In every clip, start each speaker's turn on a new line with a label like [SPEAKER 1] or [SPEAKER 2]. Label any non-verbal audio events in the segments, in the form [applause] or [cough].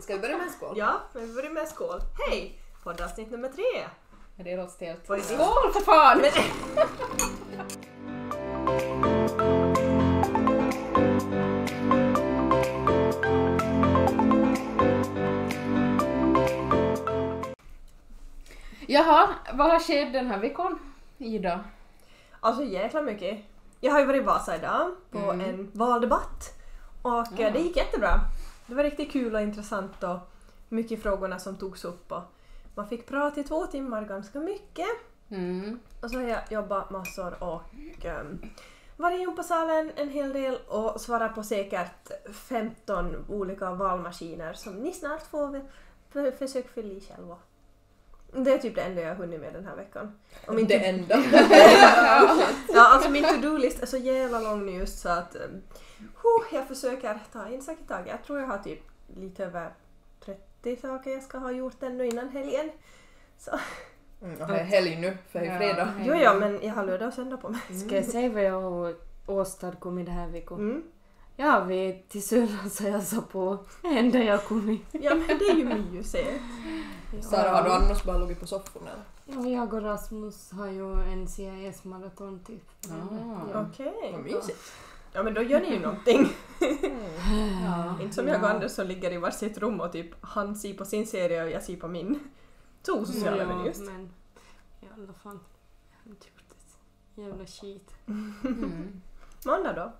[SPEAKER 1] Ska vi börja med en skål?
[SPEAKER 2] Ja, men vi börjar med skål. Hej! Poddavsnitt nummer tre.
[SPEAKER 3] Men det låter stelt.
[SPEAKER 2] Vad är det?
[SPEAKER 3] Skål för
[SPEAKER 1] [laughs]
[SPEAKER 3] fan!
[SPEAKER 2] Men,
[SPEAKER 3] Jaha, vad har skett den här veckan? Ida?
[SPEAKER 2] alltså jäkla mycket. Jag har ju varit i Vasa idag på en valdebatt. Och eh, det gick jättebra. Det var riktigt kul och intressant och mycket frågorna som togs upp. Och man fick prata i två timmar ganska mycket.
[SPEAKER 3] Mm.
[SPEAKER 2] Och så har jag jobbat massor och um, varit i gympasalen en hel del och svarat på säkert 15 olika valmaskiner som ni snart får väl för, försök fylla i själva. Det är typ det enda jag har hunnit med den här veckan. Om inte,
[SPEAKER 1] Det enda.
[SPEAKER 2] [laughs] ja, alltså min to-do-list är så jävla lång nu just så att um, huh, jag försöker ta en sak i taget. Jag tror jag har typ lite över 30 saker jag ska ha gjort ännu innan helgen. Så,
[SPEAKER 1] Mm, och det är helg nu, för det är ju fredag.
[SPEAKER 2] jo, ja, men jag har lördag och söndag på mig.
[SPEAKER 4] Ska jag säga vad jag har åstadkommit den här veckan?
[SPEAKER 2] Mm.
[SPEAKER 4] Jag har varit till syrran så jag sa på det enda jag kommit.
[SPEAKER 2] Ja men det är ju mysigt.
[SPEAKER 1] Sara, har du annars bara legat på soffan eller?
[SPEAKER 4] Ja, jag och Rasmus har ju en CIS-maraton typ.
[SPEAKER 3] Ah.
[SPEAKER 2] Okej.
[SPEAKER 1] Vad mysigt.
[SPEAKER 2] Ja men då gör ni
[SPEAKER 1] [laughs]
[SPEAKER 2] ju någonting.
[SPEAKER 3] Ja.
[SPEAKER 2] Inte som jag och Anders som ligger i varsitt rum och typ han ser på sin serie och jag ser på min. Så
[SPEAKER 1] Mm.
[SPEAKER 2] osociala är vi just.
[SPEAKER 4] men i alla fall. Jag har inte gjort ett jävla skit.
[SPEAKER 3] Mm.
[SPEAKER 2] Måndag då?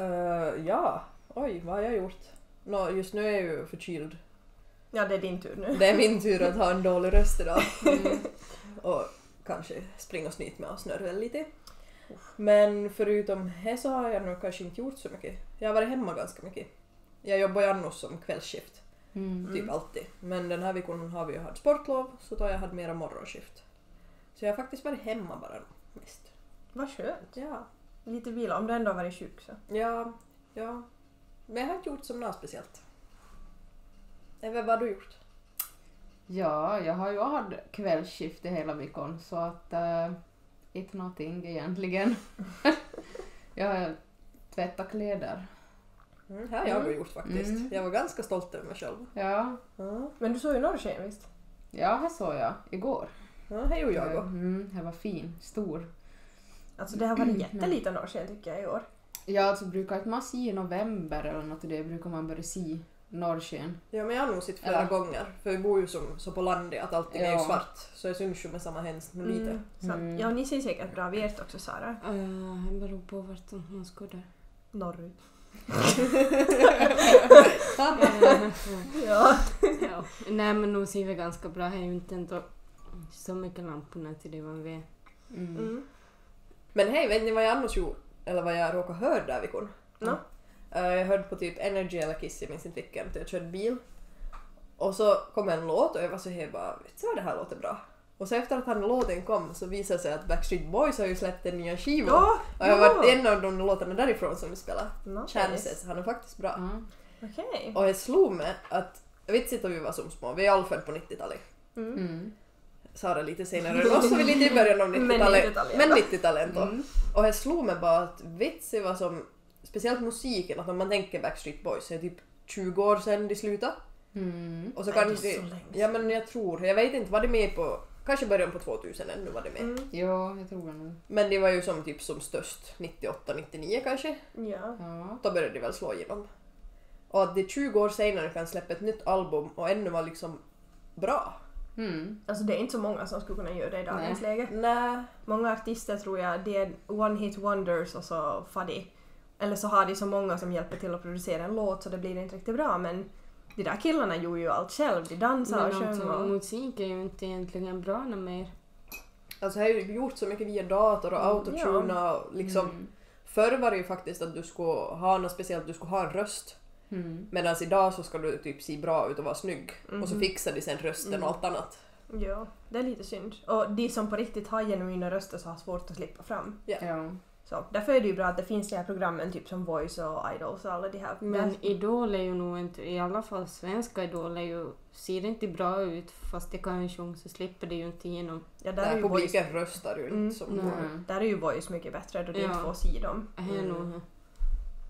[SPEAKER 1] Eh, ja, oj vad har jag gjort? Nå, just nu är jag ju förkyld.
[SPEAKER 2] Ja det är din tur nu.
[SPEAKER 1] Det är min tur att ha en dålig röst
[SPEAKER 2] [laughs]
[SPEAKER 1] idag. Mm. och kanske springa och snyta mig och snörvla lite. Men förutom det så har jag nog kanske inte gjort så mycket. Jag har varit hemma ganska mycket. Jag jobbar ju annars som kvällsskift,
[SPEAKER 3] Mm.
[SPEAKER 1] typ alltid. Men den här veckan har vi ju haft sportlov så då har jag haft mera morgonskift. Så jag har faktiskt varit hemma bara mest.
[SPEAKER 2] Vad skönt.
[SPEAKER 1] Ja,
[SPEAKER 2] Lite vila om du ändå har varit sjuk så.
[SPEAKER 1] ja, ja. Men jag har inte gjort som något speciellt. Även vad har du gjort?
[SPEAKER 3] Ja, jag har ju haft kvällsskift i hela veckan så att eh, inte någonting egentligen. [laughs] jag har tvättat kläder.
[SPEAKER 1] Mm, här har jag gjort faktiskt.
[SPEAKER 3] Mm.
[SPEAKER 1] Jag var ganska stolt över mig själv.
[SPEAKER 3] Ja,
[SPEAKER 1] Ja,
[SPEAKER 2] Men du såg ju norrsken visst?
[SPEAKER 3] ja här såg jag igår.
[SPEAKER 1] ja här gjorde jag också.
[SPEAKER 3] Mm, här var fin, stor.
[SPEAKER 2] Alltså det har
[SPEAKER 3] Mm.
[SPEAKER 2] varit jättelite norrsken tycker jag i år.
[SPEAKER 3] Ja, alltså brukar inte man se i november eller något i det brukar man börja se norrsken.
[SPEAKER 1] Ja, men jag har nog sett flera
[SPEAKER 3] Ja.
[SPEAKER 1] gånger. För vi bor ju som, så på landet att allting är ju
[SPEAKER 3] Ja.
[SPEAKER 1] svart. Så det syns ju med samma hemskt
[SPEAKER 2] Mm.
[SPEAKER 1] men lite.
[SPEAKER 2] Så,
[SPEAKER 1] Mm.
[SPEAKER 2] Ja och ni ser säkert bra vet också Sara.
[SPEAKER 4] Uh, det beror på vart man ska [laughs] där.
[SPEAKER 2] Norrut.
[SPEAKER 4] Eh,
[SPEAKER 2] Ja.
[SPEAKER 4] ja. Nej men nog ser vi ganska bra. Det är ju inte ändå så mycket lamporna till det man vet.
[SPEAKER 3] Mm.
[SPEAKER 2] Mm.
[SPEAKER 1] Men hej, vet ni vad jag annars gjorde? Eller vad jag råkade höra där veckan?
[SPEAKER 2] Nå?
[SPEAKER 1] Eh, jag hörde på typ Energy eller Kiss, jag minns inte vilken, för jag körde bil. Och så kom en låt och jag var så här bara, vet du vad det här låter bra? Och så efter att den låten kom så visade det sig att Backstreet Boys har ju släppt en nya skiva.
[SPEAKER 2] Ja,
[SPEAKER 1] och jag
[SPEAKER 2] ja.
[SPEAKER 1] var en av de låtarna därifrån som vi spelade.
[SPEAKER 2] Nice. Mm.
[SPEAKER 1] Chances, han är faktiskt bra.
[SPEAKER 3] Ja.
[SPEAKER 2] Okej.
[SPEAKER 1] Och det slog mig att, jag vet inte om vi var som små, vi är alla födda på 90-talet.
[SPEAKER 3] Mm.
[SPEAKER 1] Sara lite senare än oss och vi lite i
[SPEAKER 2] [laughs]
[SPEAKER 1] början av 90-talet.
[SPEAKER 2] 90-talet.
[SPEAKER 1] Men 90-talet ändå.
[SPEAKER 2] Mm.
[SPEAKER 1] Och det slog mig bara att vitsig var som, speciellt musiken, att om man tänker Backstreet Boys, det är typ 20 år sedan de slutade.
[SPEAKER 3] Mm.
[SPEAKER 1] Och så
[SPEAKER 2] Nej, det är
[SPEAKER 1] kanske...
[SPEAKER 2] så länge
[SPEAKER 1] ja men jag tror, jag vet inte, var det med på, kanske början på 2000 ännu var det med.
[SPEAKER 2] Mm.
[SPEAKER 3] Ja, jag tror det nog.
[SPEAKER 1] Men det var ju som typ som störst 98, 99 kanske.
[SPEAKER 2] Ja.
[SPEAKER 3] Ja.
[SPEAKER 1] Då började de väl slå igenom. Och att de 20 år senare kan släppa ett nytt album och ännu var liksom bra.
[SPEAKER 3] Mm.
[SPEAKER 2] Alltså det är inte så många som skulle kunna göra det i dagens läge.
[SPEAKER 1] Nej.
[SPEAKER 2] Många artister tror jag, det är one hit wonders och så far de. Eller så har de så många som hjälper till att producera en låt så det blir inte riktigt bra men de där killarna gjorde ju allt själv. De dansar
[SPEAKER 4] Men
[SPEAKER 2] och sjöng
[SPEAKER 4] alltså,
[SPEAKER 2] och...
[SPEAKER 4] musik är ju inte egentligen bra något mer.
[SPEAKER 1] Alltså jag har ju gjort så mycket via dator
[SPEAKER 2] Mm,
[SPEAKER 1] och autotune och liksom. Förr var det ju faktiskt att du skulle ha något speciellt, du skulle ha en röst.
[SPEAKER 3] Mm.
[SPEAKER 1] Medan idag så ska du typ se bra ut och vara snygg. Och
[SPEAKER 2] Mhm.
[SPEAKER 1] så fixar de sen rösten och
[SPEAKER 2] Mm.
[SPEAKER 1] allt annat.
[SPEAKER 2] Ja, det är lite synd. Och de som på riktigt har genuina röster så har svårt att slippa fram.
[SPEAKER 3] Ja.
[SPEAKER 2] Så därför är det ju bra att det finns de här programmen typ som Voice och Idols och alla de här.
[SPEAKER 4] Men Idol är ju nog inte, i alla fall svenska Idol är ju, ser inte bra ut fast det kan ju sjunga så slipper det ju inte igenom.
[SPEAKER 2] ja, där, är
[SPEAKER 1] Där
[SPEAKER 2] ju Voice,
[SPEAKER 1] publiken röstar ju
[SPEAKER 2] Mm.
[SPEAKER 1] inte som
[SPEAKER 4] Nej.
[SPEAKER 1] vår.
[SPEAKER 2] där är ju Voice mycket bättre då de
[SPEAKER 4] Ja.
[SPEAKER 2] inte får se dem.
[SPEAKER 4] Det är nog,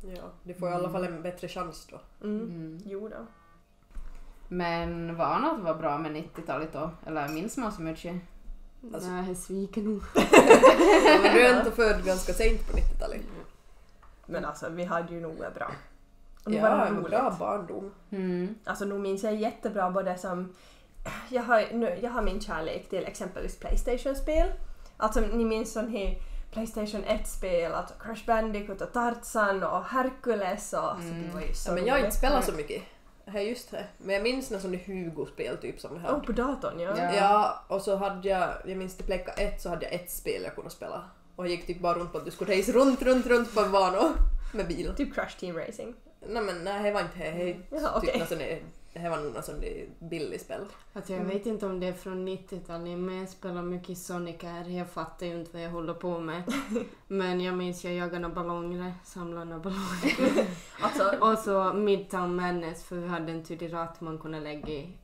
[SPEAKER 2] [laughs]
[SPEAKER 1] Ja, de får i alla fall en bättre chans då.
[SPEAKER 2] Mm.
[SPEAKER 3] Mm.
[SPEAKER 2] Jo då.
[SPEAKER 3] Men vad annat var bra med 90-talet då? Eller minns man så mycket?
[SPEAKER 1] Alltså-
[SPEAKER 4] Nej, jag är sviken nog.
[SPEAKER 1] Ja, men du är inte född ganska sent på 90-talet.
[SPEAKER 2] Men alltså vi hade ju nog en bra. Och nu var
[SPEAKER 1] Ja,
[SPEAKER 2] det
[SPEAKER 1] en
[SPEAKER 2] roligt.
[SPEAKER 1] bra barndom.
[SPEAKER 3] Mm.
[SPEAKER 2] Alltså nu minns jag jättebra både som... Jag har, nu, jag har min kärlek till exempelvis Playstation-spel. Alltså ni minns sån här Playstation 1-spel, alltså Crash Bandicoot och Tarzan och Hercules och... Alltså, det var ju så
[SPEAKER 1] Mm. Ja, men jag har inte
[SPEAKER 2] roligt.
[SPEAKER 1] spelat så mycket. Här just här. Men jag minns när sån Hugo-spel typ som det här.
[SPEAKER 2] Oh, på datorn ja.
[SPEAKER 3] Ja.
[SPEAKER 1] Ja, och så hade jag, jag minns till Plecka 1 så hade jag ett spel jag kunde spela. Och jag gick typ bara runt på att du skulle race runt, runt, runt på en bana [laughs] med bil.
[SPEAKER 2] Typ Crash Team Racing.
[SPEAKER 1] Nej men nej, det var inte det. det.
[SPEAKER 2] Ja,
[SPEAKER 1] var Typ
[SPEAKER 2] okej.
[SPEAKER 1] någon sån där- det var nog någon sån där billig spel.
[SPEAKER 4] Att Alltså, jag vet inte om det är från 90-talet, men jag spelar mycket Sonic här. Jag fattar ju inte vad jag håller på [laughs] med. Men jag minns jag jagade några ballonger, samlade några ballonger.
[SPEAKER 2] Alltså,
[SPEAKER 4] Och så Midtown Madness, för vi hade en tuderat man kunde lägga i,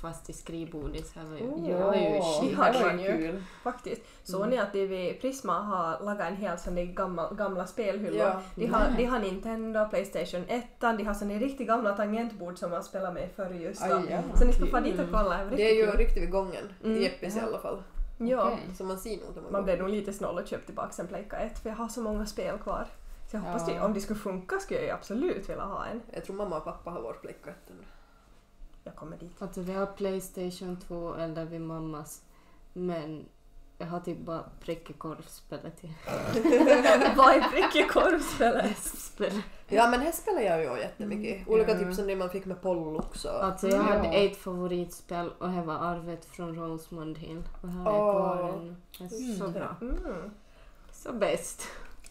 [SPEAKER 4] fast i skrivbordet. Så jag var ju, jag var ju
[SPEAKER 3] Åh,
[SPEAKER 4] shit.
[SPEAKER 2] hade
[SPEAKER 3] det var
[SPEAKER 2] man ju.
[SPEAKER 3] kul.
[SPEAKER 2] faktiskt.
[SPEAKER 3] Mm.
[SPEAKER 2] Såg ni att de vid Prisma har lagat en hel sån där gamla, gamla spelhylla?
[SPEAKER 1] Ja.
[SPEAKER 2] De har,
[SPEAKER 3] Nej.
[SPEAKER 2] de har Nintendo, Playstation 1, de har såna riktigt gamla tangentbord som man spelar med förr just då.
[SPEAKER 3] Aj, ja. Mm.
[SPEAKER 2] Så ni ska få dit och kolla. var
[SPEAKER 1] Det är ju
[SPEAKER 2] riktigt
[SPEAKER 1] riktigt vid gången.
[SPEAKER 2] Mm.
[SPEAKER 1] I Jeppis i alla fall.
[SPEAKER 2] kul. Ja.
[SPEAKER 3] Okej.
[SPEAKER 1] Så man ser nog när man
[SPEAKER 2] Man
[SPEAKER 1] går.
[SPEAKER 2] blev nog lite snål och köpte tillbaka en Playka 1 för jag har så många spel kvar. Så jag hoppas
[SPEAKER 3] Ja.
[SPEAKER 2] det, om det skulle funka skulle jag ju absolut vilja ha en.
[SPEAKER 1] Jag tror mamma och pappa har vårt Plecka 1 ännu.
[SPEAKER 2] Jag
[SPEAKER 3] [laughs]
[SPEAKER 2] kommer dit.
[SPEAKER 4] Alltså vi har Playstation 2 eller vid mammas. Men jag har typ bara prickig korvspelet till.
[SPEAKER 2] Vad är prickig korvspelet?
[SPEAKER 4] Spel.
[SPEAKER 1] Ja men här spelar jag ju jättemycket.
[SPEAKER 2] Mm,
[SPEAKER 1] Olika
[SPEAKER 3] Ja.
[SPEAKER 1] typ som det man fick med Pollux och...
[SPEAKER 4] Alltså jag hade
[SPEAKER 3] Ja.
[SPEAKER 4] ett favoritspel och det var arvet från Rosemond Hill. Och här är
[SPEAKER 1] Åh.
[SPEAKER 4] kvar än. Det är så bra.
[SPEAKER 2] Mm.
[SPEAKER 4] Så bäst.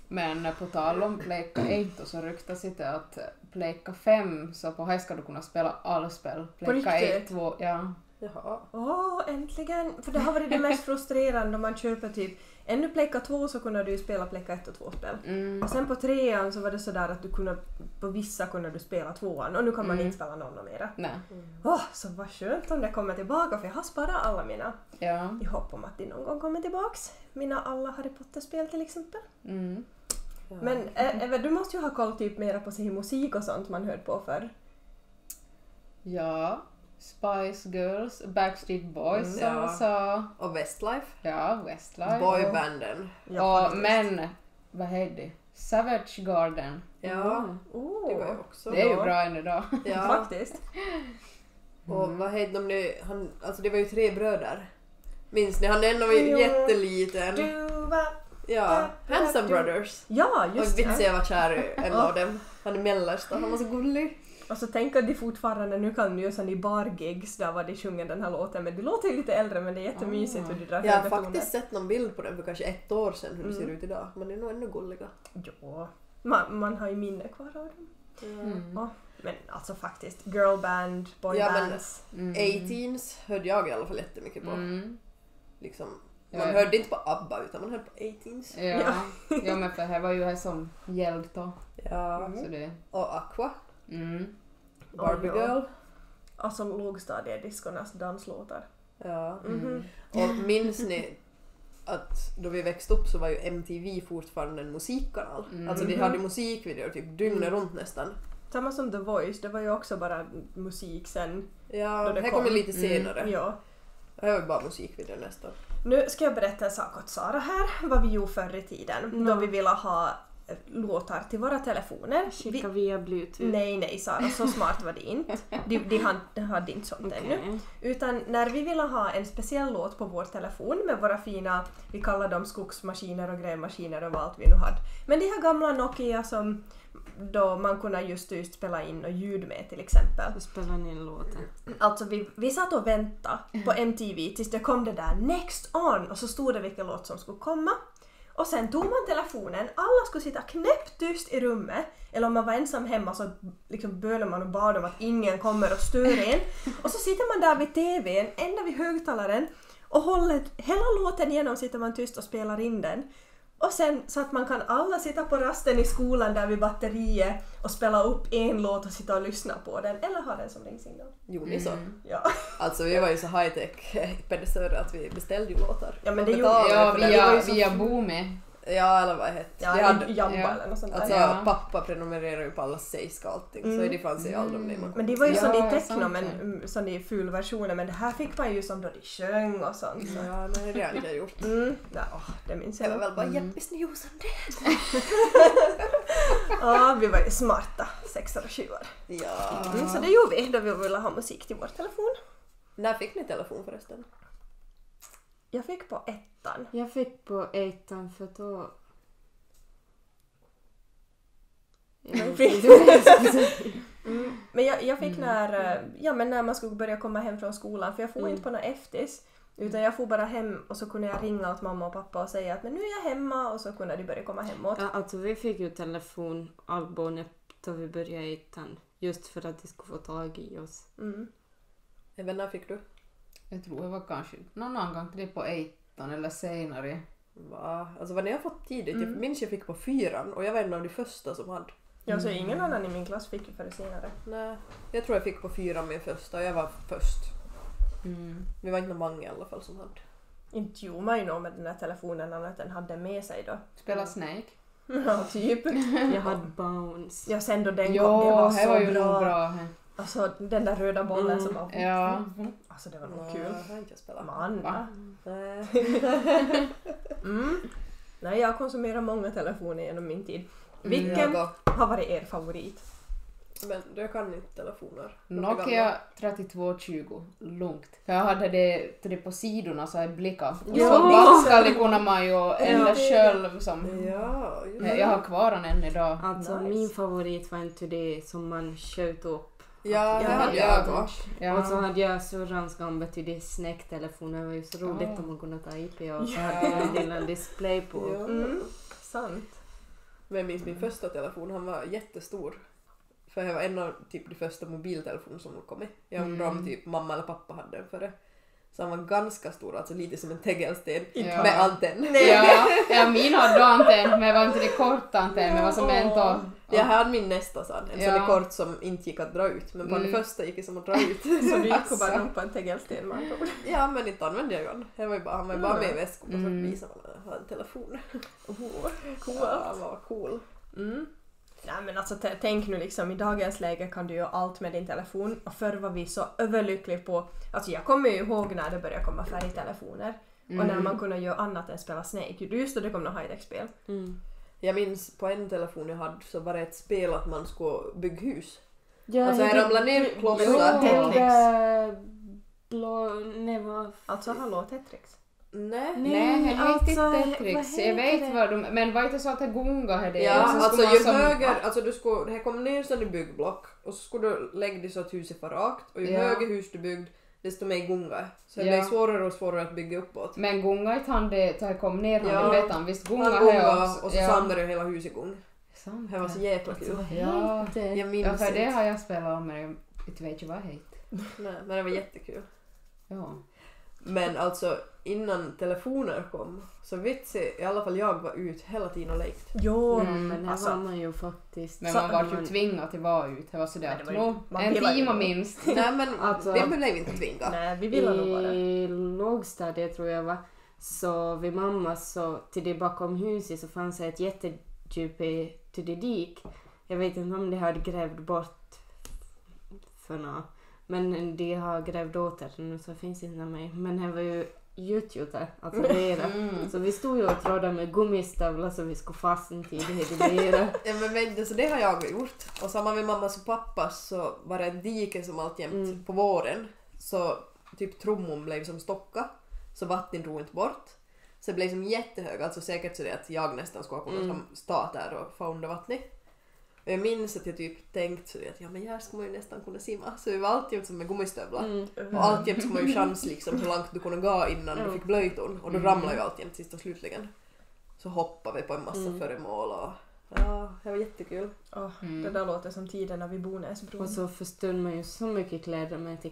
[SPEAKER 3] Men på tal om Pleikka 1 så ryktas det att Pleikka 5 så på här ska du kunna spela alla spel. Pleikka
[SPEAKER 2] riktigt?
[SPEAKER 3] 1, 2, ja.
[SPEAKER 1] Jaha.
[SPEAKER 2] Åh, äntligen! För det har varit det mest frustrerande om man köper typ... Ännu Playka 2 så kunde du ju spela Playka 1 och 2-spel.
[SPEAKER 3] Mm.
[SPEAKER 2] Och sen på trean så var det sådär att du kunde, på vissa kunde du spela tvåan och nu kan man
[SPEAKER 3] Mm.
[SPEAKER 2] inte spela någon av mera.
[SPEAKER 3] Nej,
[SPEAKER 2] Åh, så vad skönt om det kommer tillbaka för jag har sparat alla mina.
[SPEAKER 3] ja.
[SPEAKER 2] I hopp om att det någon gång kommer tillbaks. Mina alla Harry Potter-spel till exempel.
[SPEAKER 3] Mm.
[SPEAKER 1] Ja.
[SPEAKER 2] Men eh, Eva, du måste ju ha koll typ mera på sin musik och sånt man hörde på förr.
[SPEAKER 3] Ja, Spice Girls, Backstreet Boys
[SPEAKER 1] Mm,
[SPEAKER 3] som
[SPEAKER 1] ja.
[SPEAKER 3] sa,
[SPEAKER 1] Och Westlife.
[SPEAKER 3] ja, Westlife.
[SPEAKER 1] Boybanden.
[SPEAKER 2] Ja,
[SPEAKER 3] och,
[SPEAKER 2] faktiskt.
[SPEAKER 3] men, vad heter det? Savage Garden.
[SPEAKER 1] Ja.
[SPEAKER 2] Åh,
[SPEAKER 1] Det var ju också
[SPEAKER 3] det är ju
[SPEAKER 1] bra.
[SPEAKER 3] bra än idag.
[SPEAKER 1] Ja.
[SPEAKER 2] Oh, faktiskt.
[SPEAKER 1] Och vad hette de nu? Han, alltså det var ju tre bröder. Minns ni? Han ena var ju
[SPEAKER 2] Jo.
[SPEAKER 1] jätteliten.
[SPEAKER 2] Du var...
[SPEAKER 1] Ja. Handsome Brothers.
[SPEAKER 2] Ja, just
[SPEAKER 1] Och vits
[SPEAKER 2] det.
[SPEAKER 1] jag var kär i en av dem. Han är mellersta, han var så gullig.
[SPEAKER 2] Och så Alltså, tänk att de fortfarande nu kan göra sån i bargigs där var de sjunger den här låten men det låter ju lite äldre men det är jättemysigt och de drar
[SPEAKER 1] Jag har
[SPEAKER 2] höga toner.
[SPEAKER 1] Ah. faktiskt sett någon bild på den för kanske ett år sedan hur det ser ut idag. Men det är nog ännu gulliga.
[SPEAKER 2] Ja. Man, man har ju minne kvar av dem.
[SPEAKER 3] Mm.
[SPEAKER 2] Ja. Men alltså faktiskt, girlband,
[SPEAKER 1] Ja, men-
[SPEAKER 2] boybands.
[SPEAKER 3] [laughs] Mm.
[SPEAKER 1] 18s hörde jag i alla fall jättemycket på.
[SPEAKER 3] Mm.
[SPEAKER 1] Liksom,
[SPEAKER 3] Ja,
[SPEAKER 1] man
[SPEAKER 3] ja.
[SPEAKER 1] hörde inte på ABBA utan man hörde på 18s.
[SPEAKER 3] Ja. [laughs] ja, men för här var ju här som gällde då.
[SPEAKER 1] Ja.
[SPEAKER 3] Så det,
[SPEAKER 1] Och Aqua,
[SPEAKER 3] mm.
[SPEAKER 1] Barbie
[SPEAKER 2] Oj, ja.
[SPEAKER 1] Girl.
[SPEAKER 2] Alltså lågstadiediskornas danslåtar.
[SPEAKER 1] Ja.
[SPEAKER 3] Mm-hmm.
[SPEAKER 2] Mhm.
[SPEAKER 1] Och minns ni att då vi växte upp så var ju MTV fortfarande en musikkanal.
[SPEAKER 3] Mm.
[SPEAKER 1] Alltså de hade musikvideor typ dygnet
[SPEAKER 2] Mm.
[SPEAKER 1] runt nästan.
[SPEAKER 2] Samma som The Voice, det var ju också bara musik sen.
[SPEAKER 1] Ja,
[SPEAKER 2] Då
[SPEAKER 1] det
[SPEAKER 2] det
[SPEAKER 1] här kommer
[SPEAKER 2] kom.
[SPEAKER 1] lite
[SPEAKER 3] Mm.
[SPEAKER 1] senare.
[SPEAKER 2] Ja.
[SPEAKER 1] Det här var ju bara musikvideor nästan.
[SPEAKER 2] Nu ska jag berätta en sak åt Sara här, vad vi gjorde förr i tiden då
[SPEAKER 4] Mm.
[SPEAKER 2] vi ville ha eh, låtar till våra telefoner. Vi,
[SPEAKER 4] Skicka via bluetooth.
[SPEAKER 2] Nej, nej Sara, så smart var det inte. De, de, hade, de hade inte sånt ännu.
[SPEAKER 4] Okej.
[SPEAKER 2] Utan när vi ville ha en speciell låt på vår telefon med våra fina, vi kallar dem skogsmaskiner och grävmaskiner och vad allt vi nu hade. Men de här gamla Nokia som då man kunde just, just spela in och ljud med till exempel.
[SPEAKER 4] Då spelar ni låten.
[SPEAKER 2] Alltså vi, vi satt och väntade på MTV tills det kom det där Next On och så stod det vilken låt som skulle komma. Och sen tog man telefonen, alla skulle sitta knäpptyst i rummet, eller om man var ensam hemma så liksom bönade man och bad om att ingen kommer och stör en. Och så sitter man där vid TVn, ända vid högtalaren, och håller hela låten igenom sitter man tyst och spelar in den. Och sen så att man kan alla sitta på rasten i skolan där vid batteriet och spela upp en låt och sitta och lyssna på den, eller ha den som ringsignal.
[SPEAKER 1] Gjorde ni så?
[SPEAKER 2] Ja.
[SPEAKER 1] Alltså vi var ju så [laughs] high tech pedesörer att vi beställde ju låtar.
[SPEAKER 2] Ja, men det
[SPEAKER 1] Och
[SPEAKER 2] gjorde-
[SPEAKER 1] betalade
[SPEAKER 3] Ja,
[SPEAKER 1] för det.
[SPEAKER 3] via,
[SPEAKER 1] Det var ju så-
[SPEAKER 3] via Boomi.
[SPEAKER 1] Ja, eller vad hette
[SPEAKER 2] Ja,
[SPEAKER 1] det? hade,
[SPEAKER 2] jabba
[SPEAKER 3] ja.
[SPEAKER 2] eller något sånt där.
[SPEAKER 1] Alltså
[SPEAKER 3] Ja.
[SPEAKER 1] pappa prenumererar ju på alla seiska och allting så
[SPEAKER 2] Mm.
[SPEAKER 1] det fanns i åldern när man kom.
[SPEAKER 2] Men det var ju
[SPEAKER 3] Ja,
[SPEAKER 2] som i
[SPEAKER 3] ja,
[SPEAKER 2] techno,
[SPEAKER 3] sant
[SPEAKER 2] men
[SPEAKER 3] det.
[SPEAKER 2] mm, som i fulversionen, men det här fick man ju som då de sjöng och sånt. Så.
[SPEAKER 1] Ja, nej, det har jag inte gjort.
[SPEAKER 2] Mm. Ja, åh, det minns
[SPEAKER 1] Det var
[SPEAKER 2] jag.
[SPEAKER 1] väl bara
[SPEAKER 3] Mm.
[SPEAKER 1] Jeppis njosande.
[SPEAKER 2] Ja, vi var ju smarta sexor och sjuor.
[SPEAKER 1] Ja.
[SPEAKER 2] Mm, så det gjorde vi då vi ville ha musik till vår telefon.
[SPEAKER 1] När fick ni telefon förresten?
[SPEAKER 2] Jag fick på ettan.
[SPEAKER 4] Jag fick på ettan för då... Jag vet inte vad jag ska säga.
[SPEAKER 2] Men jag, jag fick när, eh, ja, men när man skulle börja komma hem från skolan, för jag for
[SPEAKER 4] Mm.
[SPEAKER 2] inte på något eftis. Utan jag for bara hem och så kunde jag ringa åt mamma och pappa och säga att men nu är jag hemma och så kunde de börja komma hemåt.
[SPEAKER 4] Ja, alltså vi fick ju telefon albumet då vi började ettan. Just för att de skulle få tag i oss.
[SPEAKER 2] Mm.
[SPEAKER 1] Även när fick du?
[SPEAKER 3] Jag tror det var kanske någon annan gång det på 18 eller senare.
[SPEAKER 1] Va? Alltså vad ni har fått tidigt. Jag
[SPEAKER 2] Mm.
[SPEAKER 1] minns jag fick på fyran och jag var en av de första som hade.
[SPEAKER 2] Ja, så ingen annan i min klass fick ju förrän senare.
[SPEAKER 1] Nej, jag tror jag fick på fyran min första och jag var först.
[SPEAKER 3] Mm.
[SPEAKER 1] Vi var inte många i alla fall som hade.
[SPEAKER 2] Inte gjorde man ju något med den här telefonen annat än den hade med sig då.
[SPEAKER 3] Spela Snake.
[SPEAKER 2] Ja, typ.
[SPEAKER 4] Jag hade bounce.
[SPEAKER 2] Ja, sen då den
[SPEAKER 3] Jo,
[SPEAKER 2] kom, det var så
[SPEAKER 3] det var ju
[SPEAKER 2] bra.
[SPEAKER 3] nog bra. he.
[SPEAKER 2] Alltså den där röda bollen
[SPEAKER 4] Mm,
[SPEAKER 2] som var...
[SPEAKER 3] Ja.
[SPEAKER 2] Alltså det var nog
[SPEAKER 1] Nej,
[SPEAKER 2] kul.
[SPEAKER 1] Jag har inte jag spelat.
[SPEAKER 2] Man.
[SPEAKER 3] Va?
[SPEAKER 1] Nej.
[SPEAKER 2] Mm. Nej, jag konsumerar många telefoner genom min
[SPEAKER 3] Mm,
[SPEAKER 2] tid. Vilken
[SPEAKER 1] Jag,
[SPEAKER 2] har varit er favorit?
[SPEAKER 1] men jag kan inte telefoner. De är gamla.
[SPEAKER 3] Nokia 3220, lugnt. För jag hade det, till det på sidorna så här blickar. Och
[SPEAKER 2] Ja,
[SPEAKER 3] så
[SPEAKER 2] minns
[SPEAKER 3] blickade kunde man ju elda
[SPEAKER 2] Ja.
[SPEAKER 3] själv som...
[SPEAKER 1] Ja, just
[SPEAKER 3] Men
[SPEAKER 1] det.
[SPEAKER 3] Jag har kvar den än idag.
[SPEAKER 4] Alltså
[SPEAKER 2] Nice.
[SPEAKER 4] min favorit var inte det som man sköt upp.
[SPEAKER 1] Ja, det
[SPEAKER 2] Ja,
[SPEAKER 1] hade
[SPEAKER 3] ja.
[SPEAKER 1] jag också.
[SPEAKER 3] Ja.
[SPEAKER 4] Och så hade jag syrrans gamla till det snäcktelefoner. Det var ju så roligt
[SPEAKER 3] Ah.
[SPEAKER 4] om man kunde ta IP och så
[SPEAKER 1] Ja.
[SPEAKER 4] hade jag en lilla display på.
[SPEAKER 1] Ja.
[SPEAKER 2] Mm. Sant.
[SPEAKER 1] Men jag minns min första telefon, han var jättestor. För det var en av typ, de första mobiltelefoner som kommit. Jag undrar om typ mamma eller pappa hade den före. Så han var ganska stor, alltså lite som en tegelsten
[SPEAKER 3] Ja.
[SPEAKER 1] med antenn.
[SPEAKER 3] Ja, ja, min hade då antenn, men det var inte det korta antenn, men vad som en tå.
[SPEAKER 1] Jag hade min nästa sån, en sån
[SPEAKER 3] Ja.
[SPEAKER 1] där kort som inte gick att dra ut. Men på
[SPEAKER 3] Mm.
[SPEAKER 1] den första gick det som att dra ut.
[SPEAKER 2] Så du gick och
[SPEAKER 3] Alltså.
[SPEAKER 2] bara drog på en tegelsten med andra ord.
[SPEAKER 1] ja men inte använde jag den. Jag var ju bara, han var ju bara med i väskan och så
[SPEAKER 3] Mm.
[SPEAKER 1] visade man att han hade en telefon.
[SPEAKER 2] Oh,
[SPEAKER 1] Ja,
[SPEAKER 2] coolt.
[SPEAKER 1] han var cool.
[SPEAKER 2] Mm. Nej men alltså t- tänk nu liksom i dagens läge kan du göra allt med din telefon och förr var vi så överlyckliga på, alltså jag kommer ju ihåg när det började komma färgtelefoner och när man kunde göra annat än spela Snake. Just då det kom något high-tech-spel.
[SPEAKER 4] Mm.
[SPEAKER 1] Jag minns på en telefon jag hade så var det ett spel att man skulle bygga hus.
[SPEAKER 4] Ja,
[SPEAKER 1] Alltså jag ramlade ner klossar.
[SPEAKER 3] Jo.
[SPEAKER 4] Blå... Nej vad...
[SPEAKER 2] Alltså hallå Tetrix.
[SPEAKER 1] Nej.
[SPEAKER 3] Nej, det är
[SPEAKER 4] alltså,
[SPEAKER 3] riktigt
[SPEAKER 4] vad
[SPEAKER 3] Tetris.
[SPEAKER 4] heter
[SPEAKER 3] Jag vet
[SPEAKER 4] det?
[SPEAKER 3] vad de... Men var inte så att det gungade det?
[SPEAKER 1] Ja,
[SPEAKER 3] Och så
[SPEAKER 1] alltså
[SPEAKER 3] skulle
[SPEAKER 1] ju
[SPEAKER 3] man som-
[SPEAKER 1] höger, alltså du skulle, det kom ner sådana byggblock och så skulle du lägga det så att huset var rakt och ju
[SPEAKER 3] Ja.
[SPEAKER 1] högre hus du byggde desto mer gunga Så det
[SPEAKER 3] Ja.
[SPEAKER 1] blev svårare och svårare att bygga uppåt.
[SPEAKER 3] Men gunga inte han det, så här kom ner han,
[SPEAKER 1] Ja.
[SPEAKER 3] ja. vet han. Visst gunga
[SPEAKER 1] Han
[SPEAKER 3] här
[SPEAKER 1] gungade
[SPEAKER 3] också.
[SPEAKER 1] och så
[SPEAKER 3] Ja.
[SPEAKER 1] samlade ju hela huset igång.
[SPEAKER 3] Sant
[SPEAKER 1] Det var så jäkla kul.
[SPEAKER 3] Ja.
[SPEAKER 1] Jag minns
[SPEAKER 3] Ja, för det
[SPEAKER 1] inte.
[SPEAKER 3] har jag spelat om, men jag inte vet ju vad det heter.
[SPEAKER 1] Nej, men det var jättekul.
[SPEAKER 3] Ja.
[SPEAKER 1] Men alltså innan telefoner kom så vits i alla fall jag var ut hela tiden och
[SPEAKER 3] [laughs]
[SPEAKER 1] lekte.
[SPEAKER 2] Jo,
[SPEAKER 4] Men det
[SPEAKER 2] Alltså.
[SPEAKER 4] var man ju faktiskt.
[SPEAKER 3] Men
[SPEAKER 2] Så-
[SPEAKER 3] man var typ ju tvingad till att vara ute. Det var sådär
[SPEAKER 2] Men det
[SPEAKER 3] att
[SPEAKER 2] var ju-
[SPEAKER 3] nå,
[SPEAKER 2] man
[SPEAKER 3] en
[SPEAKER 2] pillar ju
[SPEAKER 3] timme
[SPEAKER 2] då.
[SPEAKER 3] minst.
[SPEAKER 1] Nej men
[SPEAKER 4] Alltså-
[SPEAKER 1] det blev inte tvingat.
[SPEAKER 2] nej vi ville nog bara.
[SPEAKER 4] I lågstadiet tror jag var så vid mamma så till det bakom huset så fanns det ett jättedjup i- till det dik. Jag vet inte om de hade grävt bort för nå. Men de har grävt åt det nu så finns inte mig. Men det var ju gjutgjute, alltså lera.
[SPEAKER 3] Mm.
[SPEAKER 4] Så vi stod ju och trådde med gummistövlar så vi skulle fastna i det i lera.
[SPEAKER 1] Ja, men vet du, så det har jag gjort. Och samma med mammas och pappas så var det ett dike som alltjämt
[SPEAKER 4] Mm.
[SPEAKER 1] på våren så typ trummon blev som stocka så vatten drog inte bort. Så det blev som jättehög, alltså säkert så det att jag nästan skulle ha kunnat
[SPEAKER 4] Mm.
[SPEAKER 1] som stå där och få under vattnet. Och jag minns att jag typ tänkt så det att ja men här ska man ju nästan kunna simma. Så vi var alltid som med gummistövlar.
[SPEAKER 4] Mm.
[SPEAKER 1] Och alltjämt skulle man ju chans liksom hur långt du kunde gå innan du
[SPEAKER 4] Mm.
[SPEAKER 1] fick blöjton och då
[SPEAKER 3] Mm.
[SPEAKER 1] ramlade ju alltjämt sist och slutligen. Så hoppade vi på en massa
[SPEAKER 4] Mm.
[SPEAKER 1] föremål och ja, det var jättekul.
[SPEAKER 2] Åh,
[SPEAKER 3] Mm.
[SPEAKER 2] Det där låter som tiderna vid Bonäsbron.
[SPEAKER 4] Och så förstörde man ju så mycket kläder men till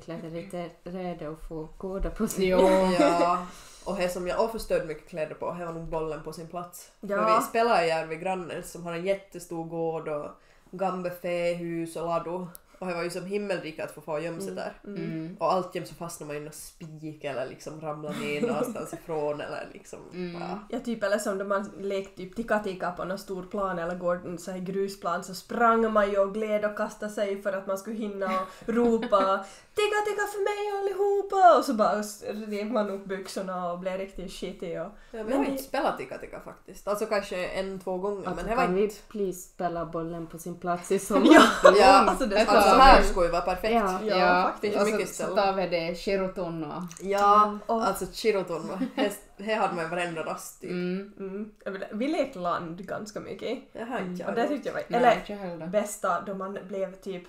[SPEAKER 4] klätterräde och få gårda på sig.
[SPEAKER 3] Jo.
[SPEAKER 1] Ja. Och det som jag också förstörde mycket kläder på, det var nog bollen på sin plats. För
[SPEAKER 2] Ja.
[SPEAKER 1] vi spelade i Järvi grannen som har en jättestor gård och gamla fähus och lado. Och det var ju som himmelrika att få fara och gömma sig
[SPEAKER 2] Mm.
[SPEAKER 1] där.
[SPEAKER 2] Mm.
[SPEAKER 3] Mm.
[SPEAKER 1] Och alltid så fastnar man i någon spik eller liksom ramlar ner någonstans ifrån eller liksom
[SPEAKER 3] Mm.
[SPEAKER 1] ja.
[SPEAKER 2] Ja, typ eller som då man lekte typ tikka-tikka på någon stor plan eller går en så här grusplan så sprang man ju och gled och kastade sig för att man skulle hinna och ropa tikka-tikka för mig allihopa och så bara s- rev man upp byxorna och blev riktigt skitig och
[SPEAKER 1] Ja, men
[SPEAKER 2] Men
[SPEAKER 1] jag har
[SPEAKER 2] det-
[SPEAKER 1] inte spelat Tikka Tikka faktiskt. Alltså kanske en, två gånger.
[SPEAKER 4] Att
[SPEAKER 1] men det var
[SPEAKER 4] kan
[SPEAKER 1] inte...
[SPEAKER 4] vi please spela bollen på sin plats i
[SPEAKER 2] [laughs]
[SPEAKER 4] sommar?
[SPEAKER 2] ja,
[SPEAKER 1] Ja,
[SPEAKER 2] alltså det
[SPEAKER 3] ett
[SPEAKER 1] Alltså
[SPEAKER 3] tag.
[SPEAKER 2] alltså,
[SPEAKER 1] här skulle ju vara perfekt.
[SPEAKER 4] Ja.
[SPEAKER 2] Ja,
[SPEAKER 1] faktiskt.
[SPEAKER 3] Och så,
[SPEAKER 1] Mycket
[SPEAKER 3] så
[SPEAKER 1] ställen.
[SPEAKER 3] tar vi det Shirotun och...
[SPEAKER 1] Ja,
[SPEAKER 2] och,
[SPEAKER 1] alltså Chiroton, va? Det- det hade man ju varenda rast typ.
[SPEAKER 3] Mm.
[SPEAKER 2] mm, jag vill- vi lekte land ganska mycket
[SPEAKER 1] Det har inte
[SPEAKER 2] Mm. och
[SPEAKER 1] jag
[SPEAKER 2] det
[SPEAKER 1] gjort.
[SPEAKER 2] tyckte jag var,
[SPEAKER 3] Nej,
[SPEAKER 2] eller
[SPEAKER 3] inte jag heller.
[SPEAKER 2] bästa då man blev typ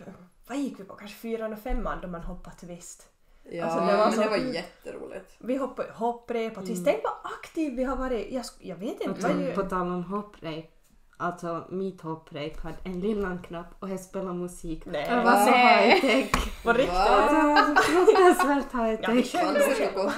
[SPEAKER 2] vad gick vi på? Kanske fyran och femman då man hoppade tvist.
[SPEAKER 1] Ja,
[SPEAKER 2] alltså,
[SPEAKER 3] det var
[SPEAKER 1] men
[SPEAKER 2] så-
[SPEAKER 1] det var jätteroligt.
[SPEAKER 2] Vi hoppade hopprep och tvist.
[SPEAKER 4] Mm.
[SPEAKER 2] Tänk vad aktiv vi har varit. Jag, sk- jag vet inte. vad ju-
[SPEAKER 4] På tal om hopprep. Alltså mitt hopprep hade en lillan knapp och jag spelade musik.
[SPEAKER 2] Nej.
[SPEAKER 4] Det var så
[SPEAKER 3] Nej.
[SPEAKER 4] high tech.
[SPEAKER 2] På riktigt?
[SPEAKER 1] Va?
[SPEAKER 4] Det var så fruktansvärt high
[SPEAKER 2] Ja, vi
[SPEAKER 4] tech.
[SPEAKER 2] kände det.
[SPEAKER 1] Dansar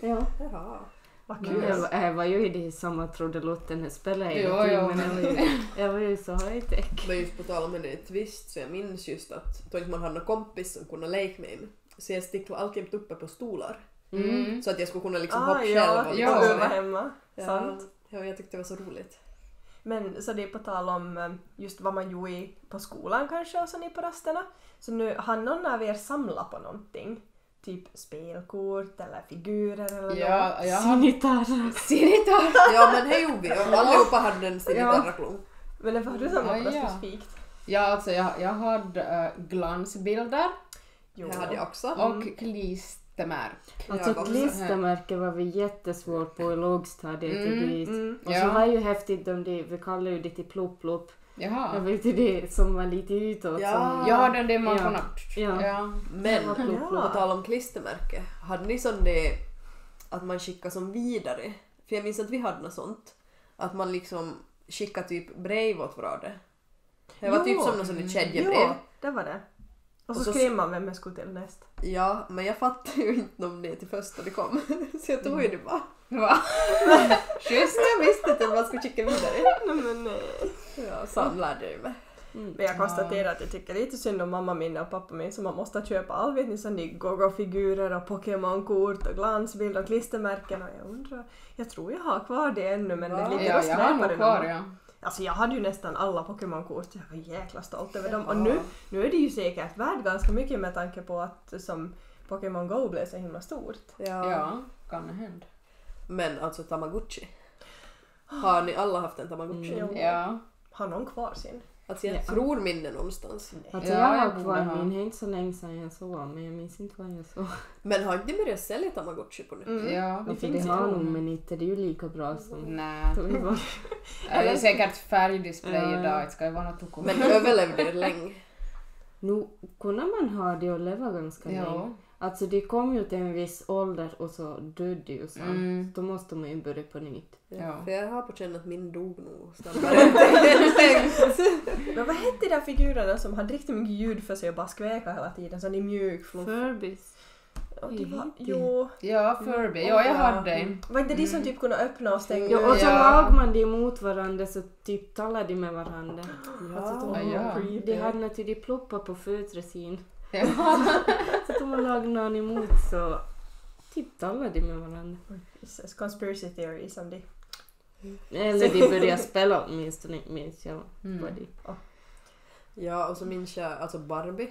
[SPEAKER 4] Ja.
[SPEAKER 1] Jaha.
[SPEAKER 2] Vad
[SPEAKER 4] Men
[SPEAKER 2] kul.
[SPEAKER 4] jag, var- jag var ju i det samma trudelutten jag spelade
[SPEAKER 3] Jo,
[SPEAKER 4] hela
[SPEAKER 3] jo,
[SPEAKER 4] tiden men
[SPEAKER 3] men-
[SPEAKER 4] jag var, ju, jag var ju så high tech.
[SPEAKER 1] Men just på tal om den i twist så jag minns just att då inte man hade någon kompis som kunde leka med mig. Så jag stickade alltid uppe på stolar.
[SPEAKER 3] Mm.
[SPEAKER 1] Så att jag skulle kunna liksom
[SPEAKER 2] ah,
[SPEAKER 1] hoppa
[SPEAKER 2] ja,
[SPEAKER 1] själv. Och liksom
[SPEAKER 2] ja,
[SPEAKER 3] ja.
[SPEAKER 1] sådär.
[SPEAKER 2] öva hemma.
[SPEAKER 1] ja,
[SPEAKER 2] Sant.
[SPEAKER 1] ja, jag tyckte det var så roligt.
[SPEAKER 2] Men så det är på tal om eh, just vad man gjorde i- på skolan kanske och så ni på rasterna. Så nu har någon av er samlat på någonting? Typ spelkort eller figurer eller något?
[SPEAKER 3] Ja, jag har...
[SPEAKER 4] Sinitarra.
[SPEAKER 3] Sinitar!
[SPEAKER 1] Ja men det gjorde vi och allihopa hade en sin
[SPEAKER 4] Ja.
[SPEAKER 1] gitarrklunk.
[SPEAKER 2] Men vad har du samlat på
[SPEAKER 3] Aj,
[SPEAKER 2] något
[SPEAKER 3] ja.
[SPEAKER 2] specifikt?
[SPEAKER 3] [laughs] Ja, alltså jag, jag hade eh, glansbilder
[SPEAKER 2] Jo.
[SPEAKER 1] Det hade jag också.
[SPEAKER 3] och klistermärken.
[SPEAKER 1] Jag
[SPEAKER 4] Alltså
[SPEAKER 1] också.
[SPEAKER 4] klistermärken var vi jättesvårt på i lågstadiet och
[SPEAKER 3] Mm,
[SPEAKER 4] dit.
[SPEAKER 2] Mm.
[SPEAKER 4] Och så
[SPEAKER 3] Ja.
[SPEAKER 4] var ju häftigt om det, vi kallade ju det till plopp-plopp. Jag
[SPEAKER 3] Jaha.
[SPEAKER 4] vet inte det som var lite utåt.
[SPEAKER 1] Ja.
[SPEAKER 4] Som,
[SPEAKER 3] Ja, den där man
[SPEAKER 4] Ja.
[SPEAKER 3] kan...
[SPEAKER 4] Ja.
[SPEAKER 3] Ja.
[SPEAKER 1] Men
[SPEAKER 4] Ja.
[SPEAKER 1] på tal om klistermärke, hade ni som det att man skickar som vidare? För jag minns att vi hade något sånt. Att man liksom skickar typ brev åt varandra. Det var
[SPEAKER 2] Jo.
[SPEAKER 1] typ som något sånt kedjebrev.
[SPEAKER 2] Jo, det var det. Och så,
[SPEAKER 1] Och så-
[SPEAKER 2] skrev man vem jag skulle till näst.
[SPEAKER 1] Ja, men jag fattade ju inte om det till första det kom. [laughs] Så jag tog ju det bara.
[SPEAKER 3] Va?
[SPEAKER 1] [laughs] Just det, jag visste inte att man skulle skicka vidare.
[SPEAKER 2] Nej, men, eh,
[SPEAKER 1] Ja, Sam lärde ju mig.
[SPEAKER 2] Men jag konstaterar att jag tycker lite synd om mamma min och pappa min så man måste köpa all vet ni sån där gogo-figurer och Pokémon-kort och glansbilder och klistermärken och jag undrar, jag tror jag har kvar det ännu men
[SPEAKER 1] Va?
[SPEAKER 2] det ligger
[SPEAKER 3] Ja,
[SPEAKER 2] och
[SPEAKER 3] jag har
[SPEAKER 2] skräpar i
[SPEAKER 3] nog kvar
[SPEAKER 2] någon-
[SPEAKER 3] ja.
[SPEAKER 2] Alltså jag hade ju nästan alla Pokémon-kort, jag var jäkla stolt över dem och nu, nu är det ju säkert värt ganska mycket med tanke på att som Pokémon Go blev så himla stort.
[SPEAKER 1] Ja.
[SPEAKER 3] Ja, Mm. kan hända.
[SPEAKER 1] Men alltså tamagotchi. Har ni alla haft en tamagotchi?
[SPEAKER 2] Mm.
[SPEAKER 3] Ja.
[SPEAKER 2] Har någon kvar sin?
[SPEAKER 1] Alltså jag
[SPEAKER 4] Ja.
[SPEAKER 1] tror minne någonstans.
[SPEAKER 4] Alltså
[SPEAKER 3] Ja,
[SPEAKER 4] jag
[SPEAKER 3] jag
[SPEAKER 4] har
[SPEAKER 3] borde
[SPEAKER 4] kvar
[SPEAKER 3] ha.
[SPEAKER 4] min, det är inte så länge sedan jag såg men jag minns inte vad jag såg.
[SPEAKER 1] Men har inte ni börjat sälja tamagotchi på nu?
[SPEAKER 2] Mm.
[SPEAKER 3] Ja.
[SPEAKER 2] Det
[SPEAKER 4] Alltså, det
[SPEAKER 2] finns
[SPEAKER 4] har
[SPEAKER 2] ju.
[SPEAKER 4] nog men inte, det är ju lika bra
[SPEAKER 3] [laughs]
[SPEAKER 4] som
[SPEAKER 3] Nej.
[SPEAKER 4] tog bort.
[SPEAKER 3] Det är säkert färgdisplay
[SPEAKER 4] Ja.
[SPEAKER 3] idag, det ska ju vara något tokigt.
[SPEAKER 1] Men överlevde det länge.
[SPEAKER 4] Nu kunde man ha det och leva ganska länge.
[SPEAKER 3] Ja.
[SPEAKER 4] Alltså det kom ju till en viss ålder och så dödde det ju sen.
[SPEAKER 3] Mm.
[SPEAKER 4] Då måste man ju börja på nytt.
[SPEAKER 3] Ja.
[SPEAKER 1] För jag har på känn att min dog nog snabbare än tänkt.
[SPEAKER 3] Mm.
[SPEAKER 2] Men vad hette de där figurerna som hade riktigt mycket ljud för sig och bara skväka hela tiden, sån i mjuk fluff?
[SPEAKER 4] Furbies.
[SPEAKER 2] Och det var,
[SPEAKER 4] Riktigt.
[SPEAKER 2] jo,
[SPEAKER 3] Ja, Furby. Ja, jag hade det.
[SPEAKER 4] Mm.
[SPEAKER 2] var inte de som
[SPEAKER 3] Mm.
[SPEAKER 2] typ kunde öppna och stänga?
[SPEAKER 1] Jo,
[SPEAKER 4] Ja, och så
[SPEAKER 3] Ja.
[SPEAKER 4] lag man det emot varandra så typ talade de med varandra. Ah.
[SPEAKER 1] Ja.
[SPEAKER 3] Ja, ja.
[SPEAKER 4] De hade naturligtvis ploppat på födelsedagen.
[SPEAKER 3] Ja.
[SPEAKER 4] [laughs] Så tog man lag någon emot så typ talade de med varandra.
[SPEAKER 2] Jesus, Conspiracy theory som de.
[SPEAKER 4] Eller de
[SPEAKER 3] [laughs]
[SPEAKER 4] började spela åtminstone, minns jag vad
[SPEAKER 3] Mm.
[SPEAKER 4] de...
[SPEAKER 1] Ja, och så minns jag alltså Barbie.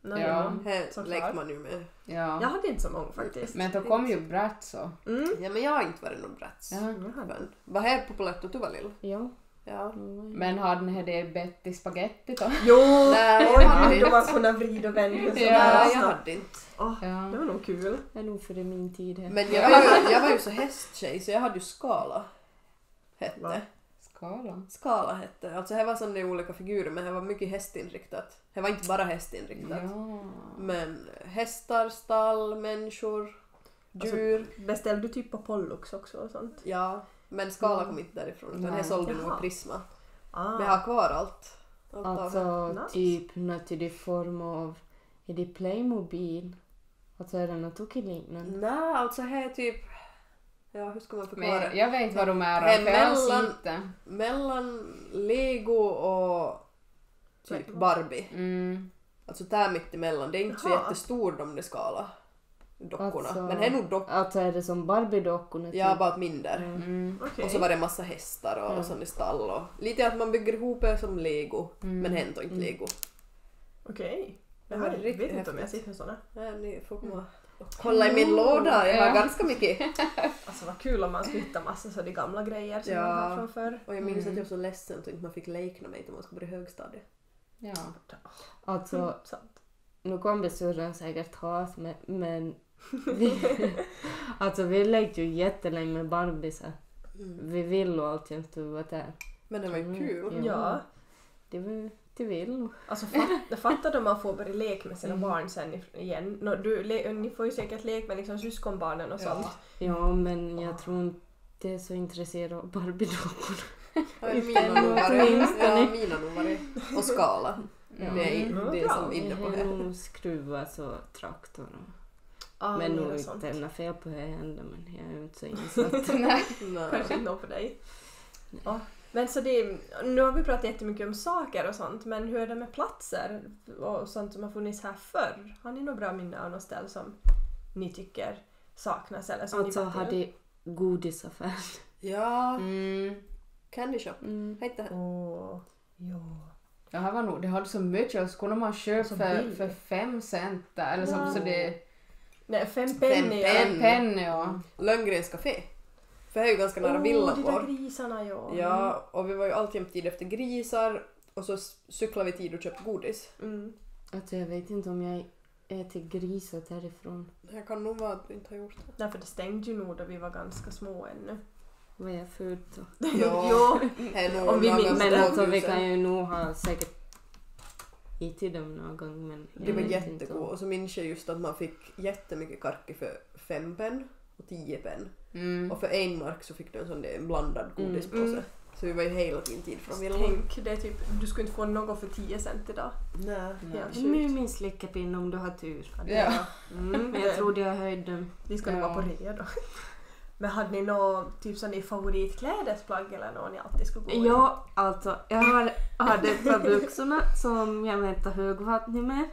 [SPEAKER 2] Nej,
[SPEAKER 3] Ja.
[SPEAKER 1] Här
[SPEAKER 2] Såklart.
[SPEAKER 1] lekte man ju med.
[SPEAKER 2] Jag
[SPEAKER 3] ja.
[SPEAKER 2] hade inte så många faktiskt.
[SPEAKER 3] Men då kom ju Bratz och...
[SPEAKER 2] Mm.
[SPEAKER 1] Ja, men jag har inte varit någon brats.
[SPEAKER 3] Ja.
[SPEAKER 2] Jag hade.
[SPEAKER 1] Men Vad här populärt och du var lill?
[SPEAKER 4] Ja.
[SPEAKER 1] Ja.
[SPEAKER 3] Men hade ni det Betty Spaghetti då?
[SPEAKER 2] Jo!
[SPEAKER 1] Nej,
[SPEAKER 2] Oj,
[SPEAKER 1] jag hade
[SPEAKER 2] hur
[SPEAKER 1] inte.
[SPEAKER 2] man kunde vrida och vända så
[SPEAKER 1] Nej,
[SPEAKER 2] där
[SPEAKER 1] jag
[SPEAKER 2] snabbt.
[SPEAKER 1] hade inte.
[SPEAKER 2] Åh, Det
[SPEAKER 3] Ja.
[SPEAKER 2] var nog kul.
[SPEAKER 4] Det är nog före min tid här.
[SPEAKER 1] Men jag var ju, jag var ju så hästtjej så jag hade ju skala.
[SPEAKER 2] Va?
[SPEAKER 1] Hette.
[SPEAKER 3] Skalan.
[SPEAKER 1] Skala hette. Alltså det var som det är olika figurer men det var mycket hästinriktat. Det var inte bara hästinriktat.
[SPEAKER 3] Ja.
[SPEAKER 1] Men hästar, stall, människor, djur.
[SPEAKER 2] Beställde du typ på Pollux också och sånt?
[SPEAKER 1] ja. Men skala kom inte därifrån utan
[SPEAKER 3] Nej.
[SPEAKER 1] det sålde nog
[SPEAKER 2] Jaha.
[SPEAKER 1] i Prisma.
[SPEAKER 2] Ah.
[SPEAKER 1] Men jag har kvar allt. allt av det.
[SPEAKER 4] Alltså
[SPEAKER 2] Nice.
[SPEAKER 4] typ något i det form av... Är det Playmobil? Alltså är det något tokigt liknande?
[SPEAKER 1] Nej, alltså här är typ... Ja, hur ska man förklara?
[SPEAKER 3] Men jag vet vad de är
[SPEAKER 1] Det är
[SPEAKER 3] för jag har
[SPEAKER 1] mellan-
[SPEAKER 3] sett det.
[SPEAKER 1] Mellan lego och typ Barbie.
[SPEAKER 3] Mm.
[SPEAKER 1] Alltså där mittemellan, det är inte så
[SPEAKER 2] Jaha.
[SPEAKER 1] jättestor de där skala dockorna.
[SPEAKER 4] Alltså-
[SPEAKER 1] Men det är nog dockor,
[SPEAKER 4] Alltså är det som Barbie-dockorna? typ?
[SPEAKER 1] Mm. ja bara ett mindre.
[SPEAKER 3] Mm.
[SPEAKER 2] Okej.
[SPEAKER 1] Och så var det en massa hästar och,
[SPEAKER 4] Mm.
[SPEAKER 1] och sån i stall och lite att man bygger ihop det som lego.
[SPEAKER 3] Mm.
[SPEAKER 1] Men hänt och inte lego.
[SPEAKER 2] Okej. Jag
[SPEAKER 1] Det var
[SPEAKER 2] vet
[SPEAKER 1] riktigt
[SPEAKER 2] vet inte om jag
[SPEAKER 1] häftigt.
[SPEAKER 2] sitter med såna.
[SPEAKER 1] Nej, ni får komma och kolla i min låda, jag
[SPEAKER 3] Ja.
[SPEAKER 1] har ganska mycket.
[SPEAKER 2] Alltså vad kul om man skulle hitta massa sådana gamla grejer som
[SPEAKER 1] Ja.
[SPEAKER 2] man har från förr.
[SPEAKER 1] Och jag minns att jag var så ledsen att inte man fick lekna med när man skulle börja högstadiet.
[SPEAKER 3] Ja.
[SPEAKER 4] Alltså,
[SPEAKER 2] Mm, sant.
[SPEAKER 4] nu kommer surran säkert hat men, men vi, alltså vi lekte ju jättelänge med Barbiesar. Vi vill och alltjämt vara där.
[SPEAKER 1] Men det var ju
[SPEAKER 4] Mm.
[SPEAKER 1] kul.
[SPEAKER 4] Ja.
[SPEAKER 2] Ja.
[SPEAKER 4] Det var ju till vill.
[SPEAKER 2] Alltså fat, fattar om man får börja leka med sina
[SPEAKER 4] Mm.
[SPEAKER 2] barn sen if- igen. Nå, du, le, ni får ju säkert leka med liksom syskonbarnen och
[SPEAKER 1] Ja.
[SPEAKER 2] sånt.
[SPEAKER 4] Ja men jag tror inte är så intresserad av Barbie-dockorna.
[SPEAKER 1] Ja, mina nog var det. Ja, mina nog var det. Och skala.
[SPEAKER 3] Mm.
[SPEAKER 1] Det är, det är som
[SPEAKER 4] Jag
[SPEAKER 1] inne på
[SPEAKER 4] har
[SPEAKER 1] det.
[SPEAKER 4] nog skruvat och traktor och...
[SPEAKER 2] Ah,
[SPEAKER 4] Men
[SPEAKER 2] mera
[SPEAKER 4] nog
[SPEAKER 2] sånt.
[SPEAKER 4] inte lämnat fel på det ändå men jag är ju inte så insatt.
[SPEAKER 3] Nej.
[SPEAKER 1] Nej.
[SPEAKER 2] Kanske inte något för dig. Ja. Men så det, nu har vi pratat jättemycket om saker och sånt, men hur är det med platser och sånt som har funnits här förr? Har ni några bra minnen av något ställe som ni tycker saknas eller som
[SPEAKER 4] alltså
[SPEAKER 2] ni bara-
[SPEAKER 4] hade godisaffär.
[SPEAKER 1] Ja,
[SPEAKER 3] Mm.
[SPEAKER 1] candy shop.
[SPEAKER 4] Mm.
[SPEAKER 1] Vad hette det?
[SPEAKER 2] Åh, ja.
[SPEAKER 3] Det här var nog, det hade så mycket och så kunde man köpa
[SPEAKER 2] Så
[SPEAKER 3] för,
[SPEAKER 2] billigt.
[SPEAKER 3] för fem cent där, eller så,
[SPEAKER 2] Ja.
[SPEAKER 3] så det...
[SPEAKER 2] Nej, fem penny. ja.
[SPEAKER 1] penny.
[SPEAKER 3] En penny ja.
[SPEAKER 1] Lönngrens café. För det är ju ganska nära
[SPEAKER 2] Åh,
[SPEAKER 1] villan
[SPEAKER 2] de där
[SPEAKER 1] vår.
[SPEAKER 2] grisarna ja.
[SPEAKER 1] Ja, och vi var ju alltid tid efter grisar och så s- cyklade vi tid och köpte godis.
[SPEAKER 2] Mm.
[SPEAKER 4] Alltså jag vet inte om jag äter grisar därifrån.
[SPEAKER 1] Det kan nog vara att vi inte har gjort det.
[SPEAKER 2] Därför det stängde ju nog då vi var ganska små ännu.
[SPEAKER 4] Vad jag ful då?
[SPEAKER 2] [laughs]
[SPEAKER 1] Ja.
[SPEAKER 2] jo.
[SPEAKER 1] Det är nog
[SPEAKER 2] Om vi
[SPEAKER 1] några
[SPEAKER 2] minns
[SPEAKER 1] ganska
[SPEAKER 4] Men alltså vi
[SPEAKER 1] godisar.
[SPEAKER 4] kan ju nog ha säkert ätit dem någon gång men Mm, jag
[SPEAKER 1] Det var Mm.
[SPEAKER 4] vet inte
[SPEAKER 1] jättegod
[SPEAKER 4] om-
[SPEAKER 1] och så minns jag just att man fick jättemycket karki för fem penn och tio penn.
[SPEAKER 3] Mm.
[SPEAKER 1] Och för en mark så fick du en sån där blandad
[SPEAKER 4] Mm.
[SPEAKER 1] godispåse.
[SPEAKER 2] Mm.
[SPEAKER 1] Så vi var ju hela tiden tid från villan.
[SPEAKER 2] Tänk, det är typ, du skulle inte få något för 10 cent idag.
[SPEAKER 1] Nej.
[SPEAKER 3] Ja.
[SPEAKER 2] Ja.
[SPEAKER 4] Mumins lyckapinne om du har tur.
[SPEAKER 3] Ja.
[SPEAKER 4] Mm, men jag trodde jag höjde dem.
[SPEAKER 2] Vi ska nog
[SPEAKER 3] Ja.
[SPEAKER 2] vara på rea då. [laughs] Men hade ni något typ som ni favoritklädesplagg eller något ni alltid skulle gå i?
[SPEAKER 4] Ja, alltså jag har, hade ett par byxorna som jag väntar högvattning med.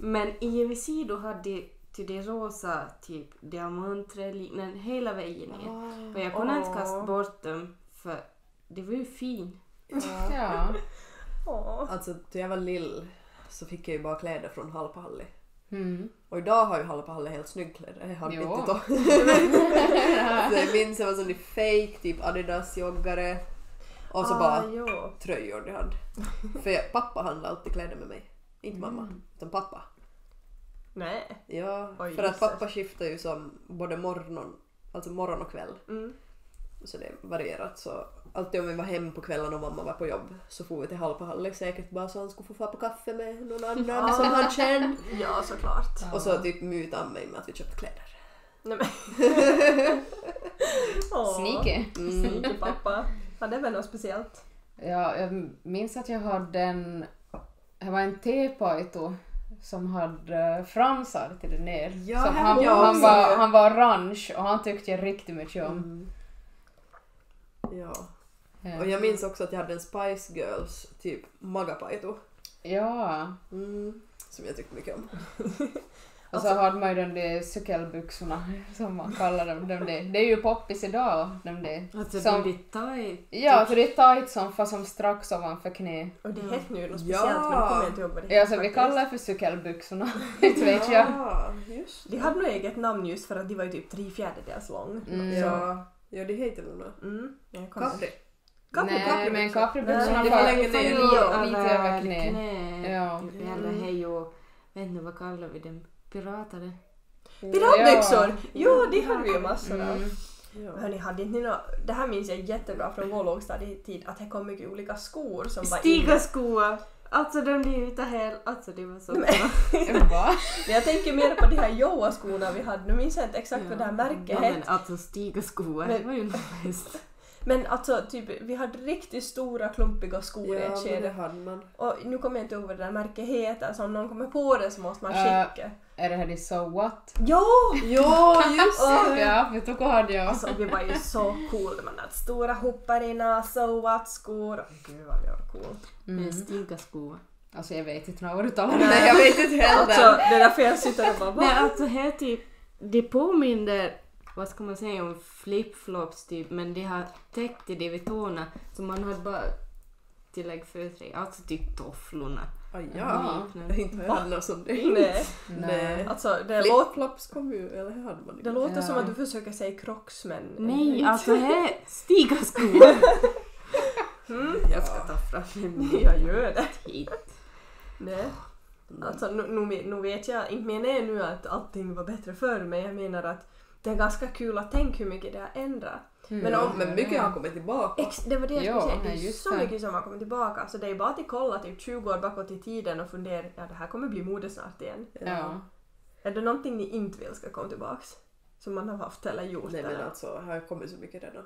[SPEAKER 4] Men IVC då hade till det rosa typ diamanträ liknande hela vägen ner. Och jag kunde inte kasta
[SPEAKER 2] Åh.
[SPEAKER 4] bort dem för det var ju fint.
[SPEAKER 1] Ja.
[SPEAKER 3] Ja.
[SPEAKER 2] Åh.
[SPEAKER 1] [laughs] Alltså, då jag var lill så fick jag ju bara kläder från Halpahalli.
[SPEAKER 3] Mm.
[SPEAKER 1] Och idag har ju Halpahalli helt snygg kläder. Jag hade
[SPEAKER 3] Jo.
[SPEAKER 1] inte
[SPEAKER 2] [laughs]
[SPEAKER 1] då. så jag minns det var sån där fake typ Adidas-joggare. Och så
[SPEAKER 2] Ah,
[SPEAKER 1] bara
[SPEAKER 2] jo.
[SPEAKER 1] tröjor de hade. För jag, pappa handlade alltid kläder med mig. Inte mamma, utan pappa.
[SPEAKER 2] Nej.
[SPEAKER 1] Ja,
[SPEAKER 2] Mm. Oj,
[SPEAKER 1] för att
[SPEAKER 2] jösses.
[SPEAKER 1] pappa skiftar ju som både morgon, alltså morgon och kväll.
[SPEAKER 2] Mm.
[SPEAKER 1] Så det är varierat. Så alltid om vi var hem på kvällen och mamma var på jobb så får vi till Halpahalli säkert bara så han skulle få få på kaffe med någon annan som han
[SPEAKER 2] [laughs]
[SPEAKER 1] kände.
[SPEAKER 2] Ja, såklart.
[SPEAKER 1] Och så typ muta han mig med att vi köpte kläder.
[SPEAKER 2] Nej, men. Åh.
[SPEAKER 3] Sneaky.
[SPEAKER 1] Mm.
[SPEAKER 2] Sneaky pappa. Hade det väl något speciellt?
[SPEAKER 3] Ja, jag minns att jag hade en... Det var en tepaito som hade eh, fransar till det ner.
[SPEAKER 1] Ja,
[SPEAKER 3] som
[SPEAKER 1] här
[SPEAKER 3] han,
[SPEAKER 1] har jag
[SPEAKER 3] han,
[SPEAKER 1] också.
[SPEAKER 3] var, han var orange och han tyckte jag riktigt mycket om.
[SPEAKER 1] Mm. Ja.
[SPEAKER 3] Ja.
[SPEAKER 1] Och jag minns också att jag hade en Spice Girls typ magapaito.
[SPEAKER 3] Ja.
[SPEAKER 1] Mm. Som jag tyckte mycket om.
[SPEAKER 3] Och
[SPEAKER 1] Alltså-
[SPEAKER 3] så hade man ju de där cykelbyxorna [laughs] som man kallar dem. De där. Det är ju poppis idag. De där. Som-
[SPEAKER 4] Alltså som... de blir tajt.
[SPEAKER 3] Ja,
[SPEAKER 1] Typ.
[SPEAKER 3] för det är tight som fast som strax ovanför knä.
[SPEAKER 2] Och det
[SPEAKER 4] Mm.
[SPEAKER 2] hette nu något
[SPEAKER 1] Ja.
[SPEAKER 2] speciellt men nu kommer jag inte ihåg vad det
[SPEAKER 3] Ja, så vi
[SPEAKER 2] faktiskt.
[SPEAKER 3] kallar det för cykelbyxorna. [laughs] Inte vet jag.
[SPEAKER 1] Ja, just
[SPEAKER 2] De hade nog eget namn just för att de var ju typ tre fjärdedels lång.
[SPEAKER 3] Mm.
[SPEAKER 1] Ja, ja det heter nog något.
[SPEAKER 2] Mm. Jag kommer-
[SPEAKER 1] Capri.
[SPEAKER 2] Capri,
[SPEAKER 3] Nej,
[SPEAKER 2] Capri
[SPEAKER 3] men
[SPEAKER 2] också.
[SPEAKER 4] Alltså,
[SPEAKER 3] Capri-byxorna
[SPEAKER 1] Nej,
[SPEAKER 3] var
[SPEAKER 1] det längre ner.
[SPEAKER 3] lite- lite över knä.
[SPEAKER 4] knä. Mm.
[SPEAKER 3] Ja.
[SPEAKER 4] Eller hej och... Vet inte vad kallar vi dem? Piratare?
[SPEAKER 2] Piratbyxor!
[SPEAKER 3] Ja.
[SPEAKER 2] Jo, det hade vi ju massor av.
[SPEAKER 3] Mm.
[SPEAKER 1] Ja.
[SPEAKER 2] Hörni, hade inte ni nå... Det här minns jag jättebra från vår lågstadietid, att det kom mycket olika skor som var inne.
[SPEAKER 4] Stigaskor! Alltså de blir utan häl. Alltså det var så bra.
[SPEAKER 3] Va?
[SPEAKER 2] Men jag tänker mer på de här Joa-skorna vi hade, nu minns jag inte exakt vad det här märket
[SPEAKER 4] ja, men
[SPEAKER 2] hette.
[SPEAKER 4] alltså stigaskor, det
[SPEAKER 2] Men-
[SPEAKER 4] var ju nice.
[SPEAKER 2] Men alltså, typ, vi hade riktigt stora klumpiga skor i ett
[SPEAKER 1] Ja, men det
[SPEAKER 2] skede.
[SPEAKER 1] hade man.
[SPEAKER 2] Och nu kommer jag inte ihåg vad det där märket heter, så om någon kommer på det så måste man
[SPEAKER 3] Äh.
[SPEAKER 2] skicka.
[SPEAKER 3] Är det här det so what?
[SPEAKER 2] Ja!
[SPEAKER 1] Ja, just
[SPEAKER 3] Ja, för då hade jag.
[SPEAKER 2] Alltså vi var ju så cool, man hade stora hoppar i näsa och skor. Gud vad vi var cool.
[SPEAKER 4] Mm. Men stigaskor.
[SPEAKER 3] Mm. Alltså jag vet inte vad du talar om.
[SPEAKER 1] Nej, jag
[SPEAKER 3] [laughs]
[SPEAKER 1] vet inte
[SPEAKER 2] Alltså,
[SPEAKER 1] heller.
[SPEAKER 2] det är därför jag sitter och bara
[SPEAKER 4] Nej,
[SPEAKER 2] va?
[SPEAKER 4] alltså här typ, det påminner, vad ska man säga, om flipflops typ, men de har täckt i det vid tårna, så man har bara tillägg för sig, alltså typ tofflorna.
[SPEAKER 1] Aj, Ah, ja.
[SPEAKER 3] Jaha.
[SPEAKER 4] liknande.
[SPEAKER 1] Inte har jag handlat som det.
[SPEAKER 2] Nej.
[SPEAKER 1] Nej.
[SPEAKER 2] Alltså, det, låter,
[SPEAKER 1] Flip-flops kom ju, eller hur hade man
[SPEAKER 2] det
[SPEAKER 1] det?
[SPEAKER 2] låter som
[SPEAKER 3] Ja.
[SPEAKER 2] att du försöker säga crocs men...
[SPEAKER 4] Nej, alltså här, [laughs] stigaskor.
[SPEAKER 2] Mm.
[SPEAKER 4] Jag ska ta fram en ny
[SPEAKER 2] Jag gör det.
[SPEAKER 4] hit.
[SPEAKER 2] Nej.
[SPEAKER 1] Mm.
[SPEAKER 2] Alltså, nu, nu, nu vet jag, inte menar jag nu att allting var bättre förr men jag menar att det är ganska kul att tänka hur mycket det har ändrat. Men om-
[SPEAKER 1] Men
[SPEAKER 3] Mm.
[SPEAKER 1] mycket har kommit tillbaka.
[SPEAKER 2] Ex, det var det jag
[SPEAKER 3] Ja,
[SPEAKER 2] skulle säga, det
[SPEAKER 3] nej,
[SPEAKER 2] är
[SPEAKER 3] just
[SPEAKER 2] så
[SPEAKER 3] det.
[SPEAKER 2] mycket som har kommit tillbaka. Så det är bara att kolla typ 20 år bakåt i tiden och fundera, ja det här kommer bli mode snart igen.
[SPEAKER 3] Ja.
[SPEAKER 2] Är det någonting ni inte vill ska komma tillbaks? Som man har haft eller gjort?
[SPEAKER 1] Nej men
[SPEAKER 2] eller?
[SPEAKER 1] alltså, här har kommit så mycket redan.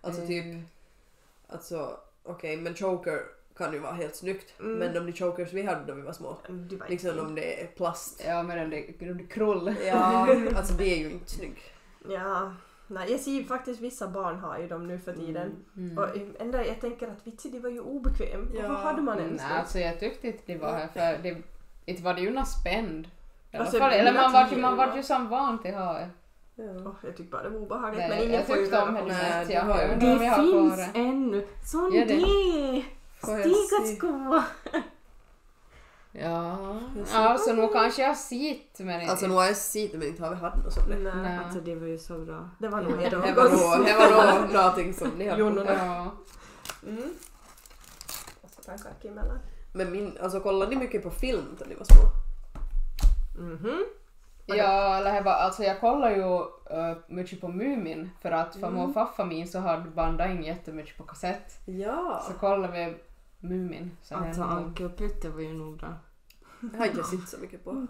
[SPEAKER 1] Alltså typ,
[SPEAKER 3] Mm.
[SPEAKER 1] alltså okej men choker kan ju vara helt snyggt.
[SPEAKER 2] Mm.
[SPEAKER 1] Men de de chokers vi hade när vi var små,
[SPEAKER 2] Du var
[SPEAKER 1] liksom
[SPEAKER 2] inte-
[SPEAKER 1] om det är plast.
[SPEAKER 3] Ja, men det är krull.
[SPEAKER 1] Ja, alltså det är ju inte snygg.
[SPEAKER 2] Ja. Nej, jag ser ju faktiskt vissa barn har ju dem nu för tiden.
[SPEAKER 3] Mm.
[SPEAKER 2] Och ändå, jag tänker att vitsi, det var ju obekväm.
[SPEAKER 1] Ja.
[SPEAKER 2] Och vad hade man
[SPEAKER 3] Mm,
[SPEAKER 2] ens?
[SPEAKER 3] Nej, alltså jag tyckte inte det var här för det, inte var det ju någon spänd. I alla
[SPEAKER 2] Alltså,
[SPEAKER 3] fall. Eller
[SPEAKER 2] mina
[SPEAKER 3] man var,
[SPEAKER 2] tio
[SPEAKER 3] ju- man var
[SPEAKER 2] år.
[SPEAKER 3] ju som van till havet.
[SPEAKER 1] Ja.
[SPEAKER 2] Åh, jag tyckte bara det var obehagligt.
[SPEAKER 3] Nej,
[SPEAKER 2] men ingen
[SPEAKER 3] jag
[SPEAKER 2] får ju
[SPEAKER 3] tyckte
[SPEAKER 2] röra
[SPEAKER 3] om
[SPEAKER 2] på
[SPEAKER 3] henne
[SPEAKER 2] sig.
[SPEAKER 1] Nej,
[SPEAKER 3] mest.
[SPEAKER 1] det
[SPEAKER 3] Jag,
[SPEAKER 1] var ju-
[SPEAKER 3] jag undrar
[SPEAKER 4] Det
[SPEAKER 3] om jag har kvar
[SPEAKER 4] finns
[SPEAKER 3] det.
[SPEAKER 4] ännu. Sån
[SPEAKER 3] Gör det.
[SPEAKER 4] det!
[SPEAKER 1] Får jag se?
[SPEAKER 4] Stigaskor.
[SPEAKER 3] Ja, alltså nog kanske jag har sett men
[SPEAKER 1] Alltså nu har jag sett det men inte har vi haft något sånt. Det
[SPEAKER 2] Nej.
[SPEAKER 3] Nej.
[SPEAKER 4] Alltså det var ju så bra.
[SPEAKER 2] eh, Det var nog hejdå.
[SPEAKER 1] var nog- det var nog någonting som ni har
[SPEAKER 2] Jonorna.
[SPEAKER 3] Ja.
[SPEAKER 2] Mm. Jag ska ta en kaka emellan.
[SPEAKER 1] Men min, alltså kollade ni mycket på film när ni var små?
[SPEAKER 2] Mhm.
[SPEAKER 3] Ja, eller här var, alltså jag kollar ju eh, mycket på Mumin för att farmor och farfar min så hade bandat in jättemycket på kassett.
[SPEAKER 1] Ja!
[SPEAKER 3] Så kollar vi Mumin. Så här
[SPEAKER 4] Alltså
[SPEAKER 3] en gång.
[SPEAKER 4] Anke och Putte var ju nog bra.
[SPEAKER 1] Det har inte jag sett så mycket på.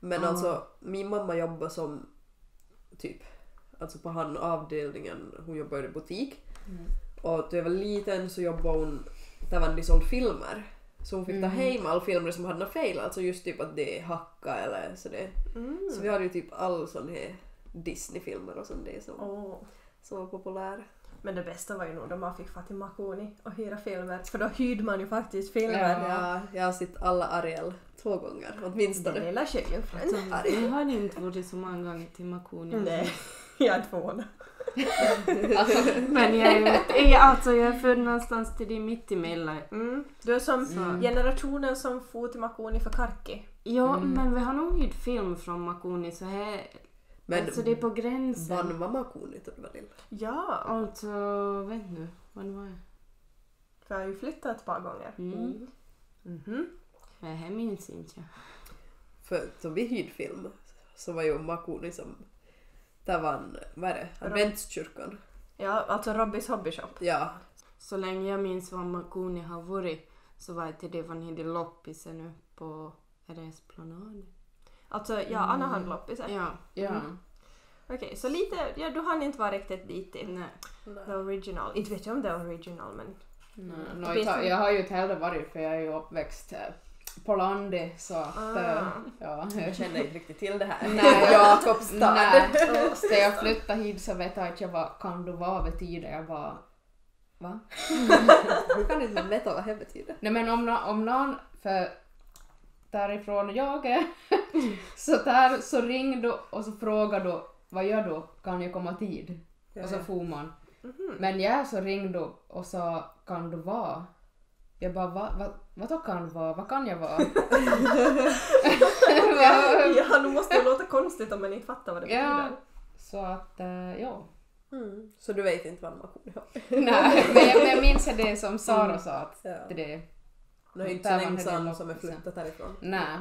[SPEAKER 1] Men
[SPEAKER 4] Ja.
[SPEAKER 1] alltså, min mamma jobbar som typ, alltså på han avdelningen, hon jobbar i butik.
[SPEAKER 3] Mm.
[SPEAKER 1] Och då jag var liten så jobbade hon där man de sålde filmer. Så hon fick ta
[SPEAKER 3] Mm.
[SPEAKER 1] hem alla filmer som hade något fel, alltså just typ att det är hacka eller sådär.
[SPEAKER 2] Mm.
[SPEAKER 1] Så vi hade ju typ all sån här Disney-filmer och sånt det som,
[SPEAKER 2] Åh.
[SPEAKER 1] som var populära.
[SPEAKER 2] Men det bästa var ju nog då man fick Fatima Koni och hyra filmer. För då hyrde man ju faktiskt filmer.
[SPEAKER 3] Ja.
[SPEAKER 1] Ja, jag har sett alla Ariel två gånger
[SPEAKER 4] Mm.
[SPEAKER 2] Den
[SPEAKER 1] åtminstone.
[SPEAKER 2] lilla tjejjungfrun.
[SPEAKER 1] Ariel.
[SPEAKER 4] Jag har inte varit så många gånger till Makoni.
[SPEAKER 2] [laughs] Nej, jag är förvånad.
[SPEAKER 3] Alltså,
[SPEAKER 4] Men jag är, jag, alltså jag är född någonstans till det mitt emellan.
[SPEAKER 2] Mm. Du är som
[SPEAKER 3] Mm.
[SPEAKER 2] generationen som for till Makoni för Karki.
[SPEAKER 4] Ja,
[SPEAKER 3] Mm.
[SPEAKER 4] men vi har nog hyrt film från Makoni så här...
[SPEAKER 1] Men
[SPEAKER 4] alltså det är på gränsen.
[SPEAKER 1] vann mamma Kuni då du var lilla?
[SPEAKER 2] Ja,
[SPEAKER 4] Alltså, vet nu. Vad var jag?
[SPEAKER 2] för jag har ju flyttat ett par gånger.
[SPEAKER 4] Mm.
[SPEAKER 2] Mhm.
[SPEAKER 4] Det här minns inte jag.
[SPEAKER 1] För som vi hyrde film så var ju Makuni som där vann, vad är det, adventskyrkan.
[SPEAKER 2] Ja, alltså Robbys hobbyshop.
[SPEAKER 1] Ja,
[SPEAKER 4] Så länge jag minns vad Makoni har varit så var jag till det var nere i loppisen nu på... Är det Esplanaden?
[SPEAKER 2] Alltså, ja,
[SPEAKER 3] Mm.
[SPEAKER 2] Anna hann loppisar.
[SPEAKER 4] Ja.
[SPEAKER 3] ja.
[SPEAKER 2] Okej, så lite, ja du hann inte vara riktigt dit i.
[SPEAKER 4] Nej.
[SPEAKER 2] The original. Inte vet jag om det är original men...
[SPEAKER 3] Nej,
[SPEAKER 4] Mm.
[SPEAKER 3] nå, inte- jag har ju inte heller varit för jag är ju uppväxt eh, på landet så att... eh,
[SPEAKER 2] Ah.
[SPEAKER 3] Ja.
[SPEAKER 1] jag känner inte riktigt till det här. [laughs]
[SPEAKER 3] Nej.
[SPEAKER 1] Jakobstad.
[SPEAKER 3] Nej,
[SPEAKER 1] [laughs]
[SPEAKER 3] så jag flyttade hit så vet jag inte jag bara kan du vara vid tiden? Jag bara va?
[SPEAKER 1] Hur kan inte veta vad det betyder?
[SPEAKER 3] Nej men om, nå- om någon, för därifrån jag är, [laughs] så där så ring du och så frågar du vad gör du? Kan jag komma tid? Och så for man. Men jag så ringde du och sa kan du vara? Jag bara va, va, vadå kan vara? Vad kan jag vara? [laughs] Ja,
[SPEAKER 2] [laughs] Ja, nu måste det låta konstigt om man inte fattar vad det
[SPEAKER 3] ja.
[SPEAKER 2] betyder.
[SPEAKER 3] Så att eh, ja.
[SPEAKER 1] Mm. Så du vet inte vad Makuni har?
[SPEAKER 3] Nej, men jag, men jag minns det som Sara sa att
[SPEAKER 1] Ja.
[SPEAKER 3] det det
[SPEAKER 1] Du är inte
[SPEAKER 3] Där
[SPEAKER 1] så
[SPEAKER 3] vann det
[SPEAKER 1] ensam
[SPEAKER 3] loppis,
[SPEAKER 1] som är
[SPEAKER 3] ja.
[SPEAKER 1] flyttat härifrån.
[SPEAKER 3] nej.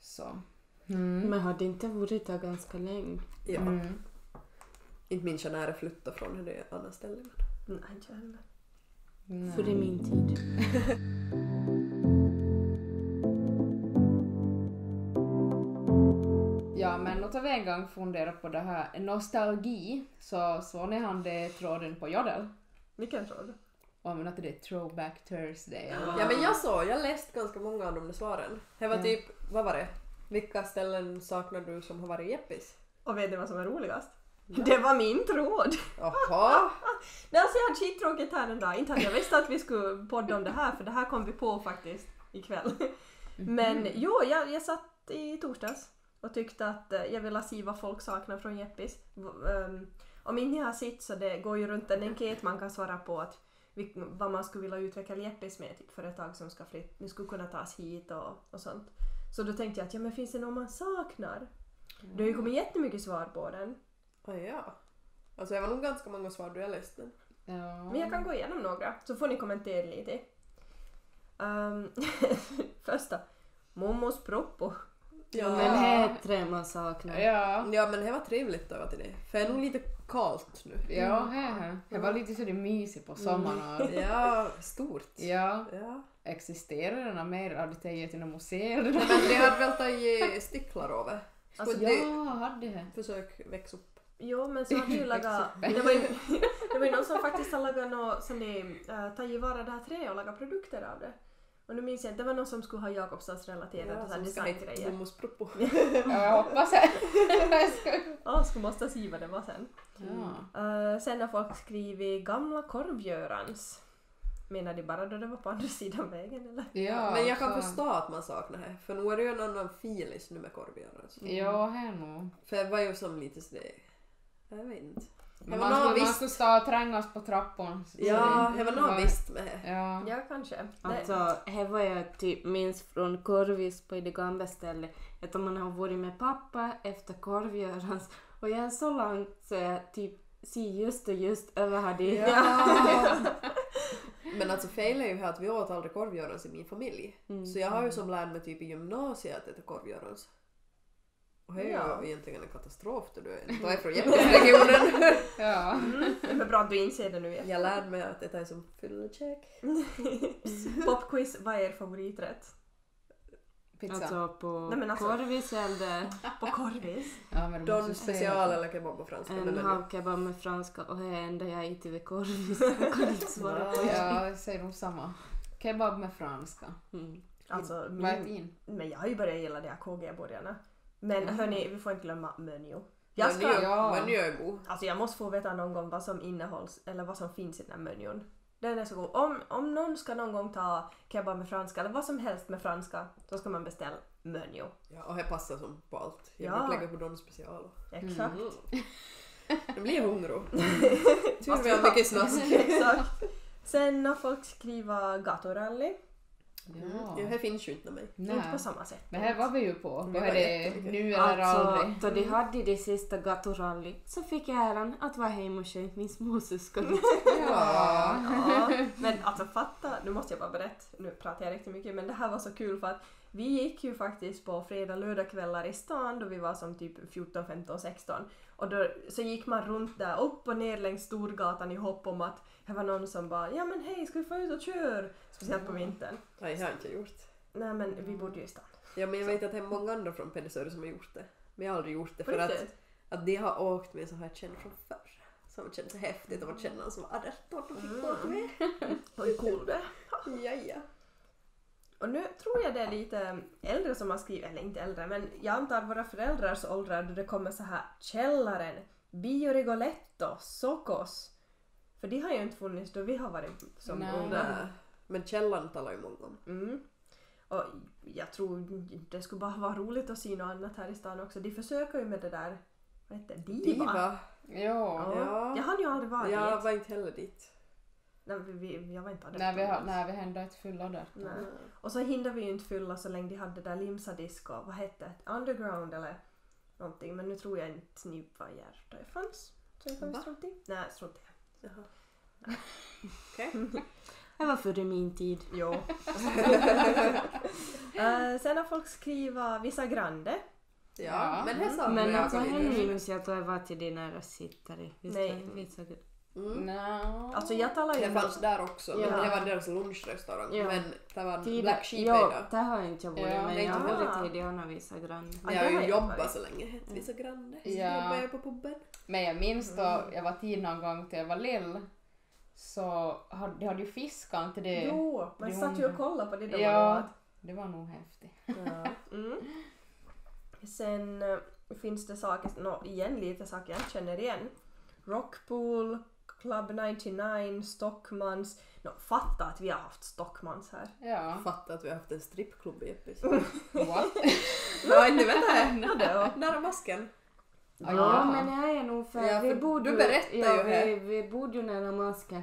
[SPEAKER 3] Så. Mm.
[SPEAKER 4] Men har det inte varit där ganska länge?
[SPEAKER 1] Ja.
[SPEAKER 3] Mm.
[SPEAKER 1] Inte minns jag när jag flyttade från det andra stället.
[SPEAKER 2] Nej, inte jag heller.
[SPEAKER 3] Nej.
[SPEAKER 4] För det är min tid.
[SPEAKER 3] Ja, men åt en gång fundera på det här nostalgi. Så såg ni han det tråden på Jodel?
[SPEAKER 2] Vilken tråd?
[SPEAKER 3] Om att det är throwback Thursday.
[SPEAKER 1] Ja men jag såg, jag läste ganska många av de där svaren. Det var
[SPEAKER 3] Ja.
[SPEAKER 1] typ, vad var det? Vilka ställen saknar du som har varit jeppis?
[SPEAKER 2] Och vet ni vad som är roligast? Det var min tråd.
[SPEAKER 1] Jaha.
[SPEAKER 2] Nej, alltså jag hade skittråkigt här en dag. Inte hade jag visst att vi skulle podda om det här för det här kom vi på faktiskt ikväll. Men jo, jag, jag satt i torsdags och tyckte att eh, jag ville se vad folk saknar från Jeppis. V- ehm, Om inte jag har sitt så det går ju runt en enkät man kan svara på att vi- vad man skulle vilja utveckla Jeppis med, typ företag som ska flytta, nu skulle kunna tas hit och, och sånt. Så då tänkte jag att ja men finns det någon man saknar? Det har ju kommit jättemycket svar på den.
[SPEAKER 1] Ah, ja. Alltså det var nog ganska många svar du har läst den.
[SPEAKER 3] Ja.
[SPEAKER 2] Men jag kan gå igenom några, så får ni kommentera lite. Ehm, [laughs] första. Momos proppo.
[SPEAKER 1] Ja.
[SPEAKER 4] Men här är tre man saknar.
[SPEAKER 3] Ja.
[SPEAKER 1] Ja men det var trevligt då till dig. För det är nog lite kallt nu.
[SPEAKER 3] Ja, här, här. Det var lite sådär mysigt på sommaren.
[SPEAKER 1] [laughs]
[SPEAKER 3] Och,
[SPEAKER 1] Ja, stort.
[SPEAKER 3] ja,
[SPEAKER 1] Ja.
[SPEAKER 3] existerar den här mer? Har du tagit till något museum?
[SPEAKER 1] Nej, Men det hade väl tagit sticklar över.
[SPEAKER 2] Alltså,
[SPEAKER 1] Skulle
[SPEAKER 3] Ja, hade
[SPEAKER 1] det
[SPEAKER 3] det.
[SPEAKER 1] försök växa upp.
[SPEAKER 2] Jo men så har du ju lagat... Det var ju, [laughs] det var ju någon som faktiskt har lagat något som ni uh, tagit vara det här träet och lagat produkter av det. Och nu minns jag inte, det var någon som skulle ha Jakobstadsrelaterat och så här designgrejer.
[SPEAKER 1] bomullsproppo.
[SPEAKER 3] Ja, jag hoppas det. Jag ska-
[SPEAKER 2] Ja, skulle måste se vad det var sen.
[SPEAKER 3] Ja.
[SPEAKER 2] Eh, sen har folk skrivit gamla korvgörans. Menar de bara då det var på andra [laughs] sidan vägen eller?
[SPEAKER 3] Ja,
[SPEAKER 1] Men jag kan
[SPEAKER 3] fan.
[SPEAKER 1] förstå att man saknar det. För nu är det ju en annan filis nu med korvgörare. Alltså.
[SPEAKER 3] Ja, här nog.
[SPEAKER 1] För det var ju som lite sådär... Jag vet inte. Det
[SPEAKER 3] Man,
[SPEAKER 1] var
[SPEAKER 3] skulle,
[SPEAKER 1] något
[SPEAKER 3] man
[SPEAKER 1] visst.
[SPEAKER 3] skulle stå och trängas på trappan. Så
[SPEAKER 1] Ja, det var
[SPEAKER 3] Ja.
[SPEAKER 1] något visst med det.
[SPEAKER 3] Ja.
[SPEAKER 2] Ja, kanske. Det-
[SPEAKER 4] Alltså, här var jag typ minns från korvis på det gamla stället att om man har varit med pappa efter korvgörans och jag är så långt så jag typ ser just och just över här det.
[SPEAKER 1] Ja. [laughs] Men alltså fel är ju här att vi åt aldrig korvgörans i min familj.
[SPEAKER 4] Mm.
[SPEAKER 1] Så jag har ju som lärt mig typ i gymnasiet att äta korvgörans. Och det är ju
[SPEAKER 2] Ja. egentligen
[SPEAKER 1] egentligen en katastrof då du är- då är från Jämtlandsregionen.
[SPEAKER 3] ja.
[SPEAKER 2] Mm, Det var bra att du inser det nu. Ja.
[SPEAKER 1] jag lärde mig att äta är som fyllecheck.
[SPEAKER 2] Popquiz, vad är er favoriträtt?
[SPEAKER 3] Pizza.
[SPEAKER 4] Alltså på
[SPEAKER 2] Nej, men alltså-
[SPEAKER 4] korvis eller
[SPEAKER 2] På korvis?
[SPEAKER 3] ja, men du
[SPEAKER 1] Don
[SPEAKER 3] måste säga.
[SPEAKER 1] special eller kebab på franska.
[SPEAKER 4] en
[SPEAKER 1] men-
[SPEAKER 4] havkebab med franska och det är enda jag inte vid korvis. Jag kan inte svara på det.
[SPEAKER 3] Ja, jag säger nog samma. Kebab med franska.
[SPEAKER 4] Mm.
[SPEAKER 2] Alltså,
[SPEAKER 3] Vad är
[SPEAKER 2] min,
[SPEAKER 3] din?
[SPEAKER 2] men jag har ju börjat gilla de här KG-burgarna. Men hörni, vi får inte glömma menu. Jag
[SPEAKER 1] Men nu
[SPEAKER 2] ska,
[SPEAKER 1] är-
[SPEAKER 3] Ja.
[SPEAKER 1] Men nu är jag god.
[SPEAKER 2] alltså jag måste få veta någon gång vad som innehålls, eller vad som finns i den här menyn. Den är så god. Om, om någon ska någon gång ta kebab med franska, eller vad som helst med franska, då ska man beställa menu.
[SPEAKER 1] Ja, och det passar som på allt. Jag
[SPEAKER 2] Ja.
[SPEAKER 1] brukar lägga på Don special.
[SPEAKER 2] Exakt.
[SPEAKER 1] Mm. Nu blir jag hungrig. Tur
[SPEAKER 2] Fast
[SPEAKER 1] vi har mycket snask.
[SPEAKER 2] [laughs] Exakt. Sen har folk skrivit gatorally.
[SPEAKER 3] Ja.
[SPEAKER 1] Ja, det finns ju Mm. inte med mig.
[SPEAKER 2] Inte på
[SPEAKER 3] Nej.
[SPEAKER 2] samma sätt.
[SPEAKER 3] Men här var vi ju på.
[SPEAKER 1] Det
[SPEAKER 3] Vad är
[SPEAKER 1] var
[SPEAKER 3] det
[SPEAKER 1] jättemycket.
[SPEAKER 3] nu eller
[SPEAKER 4] Alltså,
[SPEAKER 3] aldrig?
[SPEAKER 4] då de hade det sista gatorally så fick jag äran att vara hemma och köpa min småsyskon.
[SPEAKER 1] [laughs] Ja.
[SPEAKER 2] Ja, men alltså fatta, nu måste jag bara berätta, nu pratar jag riktigt mycket, men det här var så kul för att vi gick ju faktiskt på fredag lördagkvällar i stan då vi var som typ 14, 15, 16 och då så gick man runt där upp och ner längs Storgatan i hopp om att det var någon som bara ja men hej ska vi få ut och köra? Speciellt på vintern.
[SPEAKER 1] Nej, det har jag inte gjort.
[SPEAKER 2] Nej men vi bodde ju i stan.
[SPEAKER 1] Ja, men jag vet att det är många andra från Pedersöre som har gjort det. Men jag har aldrig gjort det
[SPEAKER 2] På
[SPEAKER 1] för att,
[SPEAKER 2] riktigt?
[SPEAKER 1] att de har åkt med så här känd från förr. Som känns häftigt att känna någon som var 18 och fick åka med.
[SPEAKER 2] Och hur cool det är.
[SPEAKER 1] Ja, ja.
[SPEAKER 2] Och nu tror jag det är lite äldre som har skrivit, eller inte äldre, men jag antar våra föräldrars åldrar då det kommer så här källaren, Bio Rigoletto, Sokos. För de har ju inte funnits då vi har varit som
[SPEAKER 3] Nej.
[SPEAKER 2] unga.
[SPEAKER 1] Nej. Men källan talar ju många om.
[SPEAKER 2] Mm. Och jag tror det skulle bara vara roligt att se något annat här i stan också. De försöker ju med det där, vad heter det, Diva.
[SPEAKER 1] Diva.
[SPEAKER 3] Ja.
[SPEAKER 2] Ja.
[SPEAKER 1] Ja.
[SPEAKER 2] Jag har ju aldrig varit
[SPEAKER 1] Jag
[SPEAKER 2] dit.
[SPEAKER 1] var inte heller dit.
[SPEAKER 2] Nej, vi, vi, jag var inte
[SPEAKER 3] När vi, har,
[SPEAKER 2] adopterad.
[SPEAKER 3] när vi hände ett fylla där.
[SPEAKER 2] Nej. Och så hinner vi ju inte fylla så länge de hade det där limsadisco, vad hette det, underground eller någonting. Men nu tror jag inte ni var där det fanns. Så det kan vi
[SPEAKER 1] Va?
[SPEAKER 2] strunta i. Nej, strunt i. det.
[SPEAKER 1] Jaha. Okej.
[SPEAKER 4] [laughs] Det var före min tid.
[SPEAKER 1] [laughs]
[SPEAKER 2] Jo. [laughs] Eh, sen har folk skrivit Vissa Grande.
[SPEAKER 1] Ja,
[SPEAKER 3] Ja.
[SPEAKER 1] men det sa
[SPEAKER 4] Men alltså här
[SPEAKER 1] mm.
[SPEAKER 4] minns jag att jag var till din nära sittare. Visst
[SPEAKER 2] Nej.
[SPEAKER 4] var- visst var det-
[SPEAKER 1] mm.
[SPEAKER 3] No.
[SPEAKER 2] Alltså jag talar ju
[SPEAKER 1] Det fanns där också, men
[SPEAKER 2] Ja.
[SPEAKER 1] det var deras lunchrestaurang.
[SPEAKER 4] Ja.
[SPEAKER 1] Men det var
[SPEAKER 4] Tida,
[SPEAKER 1] Black Sheep
[SPEAKER 4] ja,
[SPEAKER 1] idag.
[SPEAKER 4] där har inte jag varit
[SPEAKER 3] Ja,
[SPEAKER 4] men
[SPEAKER 1] nej,
[SPEAKER 4] jag har
[SPEAKER 2] inte jag.
[SPEAKER 4] varit till Diana vissa grannar.
[SPEAKER 2] Ja,
[SPEAKER 1] Men jag har
[SPEAKER 2] det har
[SPEAKER 1] ju
[SPEAKER 2] jag
[SPEAKER 1] jobbat
[SPEAKER 2] varit.
[SPEAKER 1] så länge. Hette Vissa granne. Så
[SPEAKER 3] Ja.
[SPEAKER 1] jobbade jag på puben.
[SPEAKER 3] Men jag minns då jag var tid någon gång till jag var lill. Så hade, de hade ju fiskan till det.
[SPEAKER 2] Jo, men jag satt ju och kollade på det då.
[SPEAKER 3] Ja. Det var nog häftigt.
[SPEAKER 2] Mm. Sen eh, finns det saker, nå igen lite saker jag inte känner igen. Rockpool, Club 99, Stockmans. Nå, fatta att vi har haft Stockmans här.
[SPEAKER 3] Ja.
[SPEAKER 1] Fatta att vi har haft en strippklubb i Eppis.
[SPEAKER 3] [laughs] What?
[SPEAKER 1] Nej, nu vänta [laughs] här.
[SPEAKER 2] Ja, det var-
[SPEAKER 1] Nära masken.
[SPEAKER 3] Ah,
[SPEAKER 4] Ja,
[SPEAKER 3] jaha.
[SPEAKER 4] men jag är nog för,
[SPEAKER 1] Ja,
[SPEAKER 4] vi
[SPEAKER 1] för
[SPEAKER 4] bodde
[SPEAKER 1] du berättar
[SPEAKER 4] ja,
[SPEAKER 1] ju här.
[SPEAKER 4] Vi, vi bodde ju nära masken.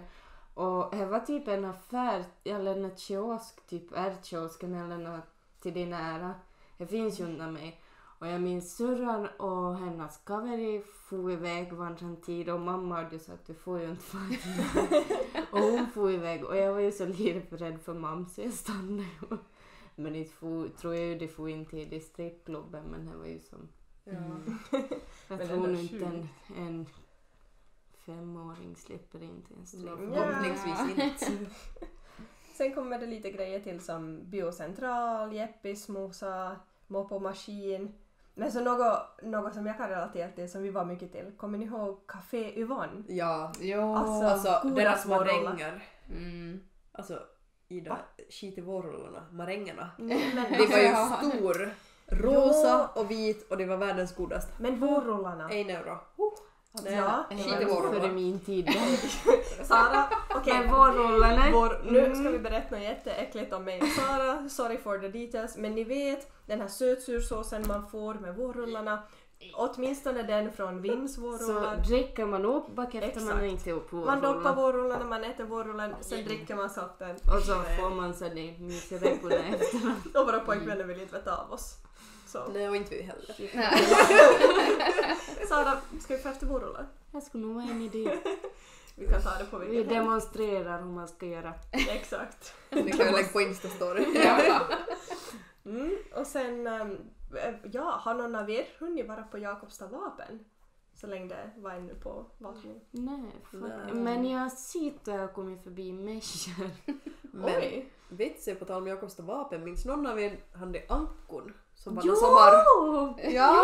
[SPEAKER 4] Och det var typ en affär, eller en kiosk, typ R-kiosken eller något till din ära. Det finns ju under mig. Och jag minns syrran och hennes kaveri for iväg varannan tid och mamma hade ju sagt du får ju inte fara iväg."
[SPEAKER 1] [laughs]
[SPEAKER 4] Och hon for iväg och jag var ju så livrädd för mamma så jag stannade ju. Men det for, tror jag ju det for in till distriktklubben men det var ju som
[SPEAKER 1] Mm.
[SPEAKER 4] jag
[SPEAKER 2] Men
[SPEAKER 4] tror
[SPEAKER 2] ändå
[SPEAKER 4] nog inte en,
[SPEAKER 2] tjugo.
[SPEAKER 4] en femåring slipper inte en stryk.
[SPEAKER 1] Alltså, Förhoppningsvis inte.
[SPEAKER 2] Sen kommer det lite grejer till som Biocentral, Jeppis, Mosa, Mopomaskin. Men så något, något som jag kan relatera till som vi var mycket till. Kommer ni ihåg Café Yvonne?
[SPEAKER 1] Ja,
[SPEAKER 3] Jo.
[SPEAKER 2] Alltså,
[SPEAKER 1] alltså
[SPEAKER 2] goda
[SPEAKER 1] deras
[SPEAKER 2] små rullar.
[SPEAKER 1] maränger.
[SPEAKER 3] Mm.
[SPEAKER 1] Alltså Ida, skit i vårrullarna. Marängerna.
[SPEAKER 2] Nej, men,
[SPEAKER 1] Det var ju
[SPEAKER 3] Ja.
[SPEAKER 1] stor, Mm. rosa och vit och det var världens godaste.
[SPEAKER 2] men vårrullarna.
[SPEAKER 1] En euro. Nej,
[SPEAKER 2] Ja.
[SPEAKER 1] skit i
[SPEAKER 4] Före
[SPEAKER 1] vårrullar.
[SPEAKER 4] min tid. [laughs]
[SPEAKER 2] Sara, okej.
[SPEAKER 4] Men vår Mm. rollerna.
[SPEAKER 2] Vår, nu ska vi berätta något jätteäckligt om mig och Sara. Sorry for the details. Men ni vet den här sötsursåsen man får med vårrullarna. Åtminstone den från Vins
[SPEAKER 4] Så
[SPEAKER 2] vårrullar.
[SPEAKER 4] dricker man upp bakhäfter man
[SPEAKER 2] Exakt.
[SPEAKER 4] inte upp vår
[SPEAKER 2] Man doppar
[SPEAKER 4] roller.
[SPEAKER 2] vårrullarna, man äter vårrullen, sen dricker man saften.
[SPEAKER 4] Och så får man så det mysiga reporna [laughs] efter.
[SPEAKER 2] Och våra pojkvänner vill inte veta av oss. Så.
[SPEAKER 1] Nej, och inte vi heller.
[SPEAKER 3] Nej.
[SPEAKER 2] Sara, ska vi få efter vårrullar?
[SPEAKER 4] Det skulle nog vara en idé.
[SPEAKER 2] Vi kan ta det på
[SPEAKER 4] Vi
[SPEAKER 2] vilket hem.
[SPEAKER 4] demonstrerar hur man ska göra.
[SPEAKER 2] [laughs] Exakt.
[SPEAKER 1] Det kan jag lägga på Insta-story.
[SPEAKER 3] Ja.
[SPEAKER 2] Mm. Och sen, ehm, ja, har någon av er hunnit vara på Jakobstad vapen? Så länge det var ännu på vapnet.
[SPEAKER 4] Nej, fuck.
[SPEAKER 1] Nej.
[SPEAKER 4] Men jag sitter och jag har kommit förbi människor.
[SPEAKER 1] Men
[SPEAKER 2] Oj!
[SPEAKER 1] vits är på tal om Jakobstad vapen, minns någon av er han det Ankon? Som var
[SPEAKER 4] Jo!
[SPEAKER 1] någon sommar? Ja!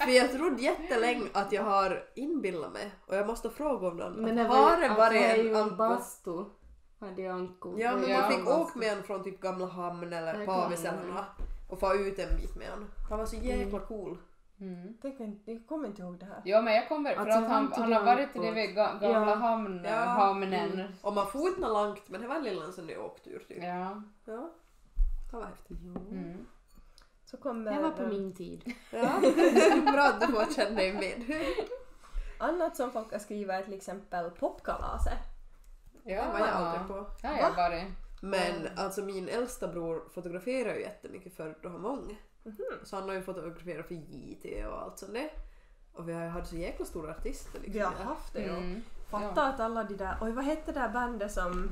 [SPEAKER 1] För jag trodde jättelänge att jag har inbillat mig och jag måste fråga om någon.
[SPEAKER 4] Men
[SPEAKER 1] Men
[SPEAKER 4] det
[SPEAKER 1] har
[SPEAKER 4] var,
[SPEAKER 1] det
[SPEAKER 4] att
[SPEAKER 1] varit
[SPEAKER 4] det är
[SPEAKER 1] en
[SPEAKER 4] ju en
[SPEAKER 1] Ankon?
[SPEAKER 4] bastu. Hade jag anko.
[SPEAKER 1] Ja men
[SPEAKER 3] Ja,
[SPEAKER 1] man fick
[SPEAKER 4] bastu.
[SPEAKER 1] åka med en från typ Gamla Hamn eller
[SPEAKER 4] Jag
[SPEAKER 1] Pavis
[SPEAKER 4] kommer.
[SPEAKER 1] eller nåt och få ut en bit med honom. Han var så jäkla cool.
[SPEAKER 3] Mm.
[SPEAKER 2] Tänk, om- jag kommer inte ihåg det här.
[SPEAKER 3] Ja men jag kommer för
[SPEAKER 4] Alltså,
[SPEAKER 3] att han,
[SPEAKER 4] han tog
[SPEAKER 3] han har
[SPEAKER 4] en
[SPEAKER 3] varit till det
[SPEAKER 4] båt.
[SPEAKER 3] vid ga- gamla
[SPEAKER 4] Ja.
[SPEAKER 3] hamn,
[SPEAKER 1] Ja. Mm.
[SPEAKER 3] hamnen.
[SPEAKER 1] Och man for inte nå långt men det var en liten sån där åktur typ.
[SPEAKER 3] Ja.
[SPEAKER 1] Ja. Det var häftigt.
[SPEAKER 4] Jo.
[SPEAKER 3] Mm.
[SPEAKER 2] Så kommer... ehm,
[SPEAKER 4] Det var på min tid.
[SPEAKER 1] Ja. [laughs] Bra att du får känna dig med.
[SPEAKER 2] Annat som folk har skrivit är till exempel popkalaset.
[SPEAKER 1] Det var jag aldrig på.
[SPEAKER 3] Det har jag varit.
[SPEAKER 1] Men alltså min äldsta bror fotograferar ju jättemycket för då han var ung. Så han har ju fotograferat för JT och allt sånt där. Och vi har ju haft så jäkla stora artister
[SPEAKER 2] Vi
[SPEAKER 1] liksom.
[SPEAKER 2] har haft det ju.
[SPEAKER 3] Mm.
[SPEAKER 2] Fatta att alla de där... Oj, vad hette det där bandet som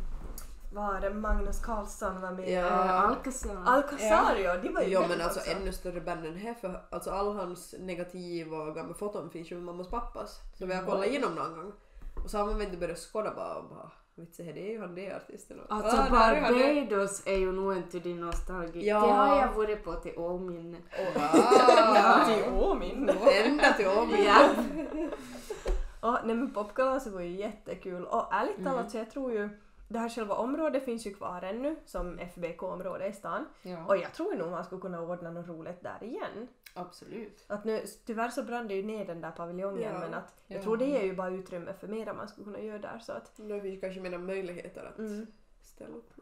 [SPEAKER 2] var det Magnus Karlsson var med?
[SPEAKER 1] Ja.
[SPEAKER 4] Äh, Alcazar.
[SPEAKER 2] Alcazario, det var ju
[SPEAKER 1] Ja
[SPEAKER 2] väldigt
[SPEAKER 1] men alltså
[SPEAKER 2] också.
[SPEAKER 1] ännu större band än här för alltså all hans negativ och gamla foton finns ju med mammas pappas. Så vi har kollat igenom någon gång. Och så har man väl inte börjat skåda bara och bara vitsen det är ju han det artisten. Och,
[SPEAKER 4] Alltså
[SPEAKER 1] "Ah, där är han, där."
[SPEAKER 4] Barbados är ju nog inte din nostalgi.
[SPEAKER 1] Ja.
[SPEAKER 4] Det har jag varit på till åminne.
[SPEAKER 2] [laughs] Ja,
[SPEAKER 1] Ah,
[SPEAKER 2] det är Åmin.
[SPEAKER 1] Ända till Åby.
[SPEAKER 4] Ja.
[SPEAKER 2] Ja, nej men popkalaset var ju jättekul och ärligt talat så jag tror ju det här själva området finns ju kvar ännu som FBK-område i stan
[SPEAKER 3] Ja.
[SPEAKER 2] och jag tror nog man skulle kunna ordna något roligt där igen.
[SPEAKER 3] Absolut.
[SPEAKER 2] Att nu, tyvärr så brann det ju ner den där paviljongen
[SPEAKER 1] Ja.
[SPEAKER 2] men att jag
[SPEAKER 3] Ja.
[SPEAKER 2] tror det ger ju bara utrymme för mera man skulle kunna göra där så att
[SPEAKER 1] Nu finns kanske mina möjligheter att
[SPEAKER 2] Mm.
[SPEAKER 1] ställa upp.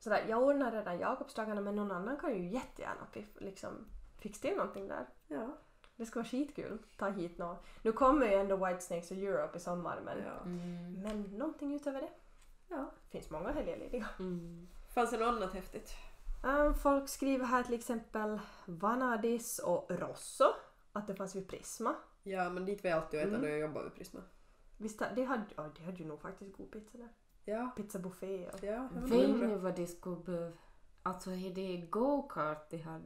[SPEAKER 2] sådär, jag ordnar redan Jakobsdagarna men någon annan kan ju jättegärna fi- liksom fixa till någonting där.
[SPEAKER 1] Ja.
[SPEAKER 2] Det ska vara skitkul. Ta hit någon. Nu kommer ju ändå Whitesnakes och Europe i sommar men,
[SPEAKER 1] ja.
[SPEAKER 3] Mm.
[SPEAKER 2] men någonting utöver det.
[SPEAKER 1] Ja.
[SPEAKER 2] Finns många helger lediga.
[SPEAKER 4] Mm.
[SPEAKER 1] Fanns det något annat häftigt?
[SPEAKER 2] Ehm, folk skriver här till exempel Vanadis och Rosso. Att det fanns vid Prisma.
[SPEAKER 1] Ja, men dit var jag alltid och äta
[SPEAKER 2] Mm.
[SPEAKER 1] då jag jobbade vid Prisma.
[SPEAKER 2] Visst, det hade, ja, det hade ju nog faktiskt god pizza där.
[SPEAKER 1] Ja,
[SPEAKER 2] Pizzabuffé och...
[SPEAKER 1] ja. det var
[SPEAKER 4] Vet
[SPEAKER 1] bra.
[SPEAKER 4] ni vad det skulle behöva? Alltså är det go-kart de hade?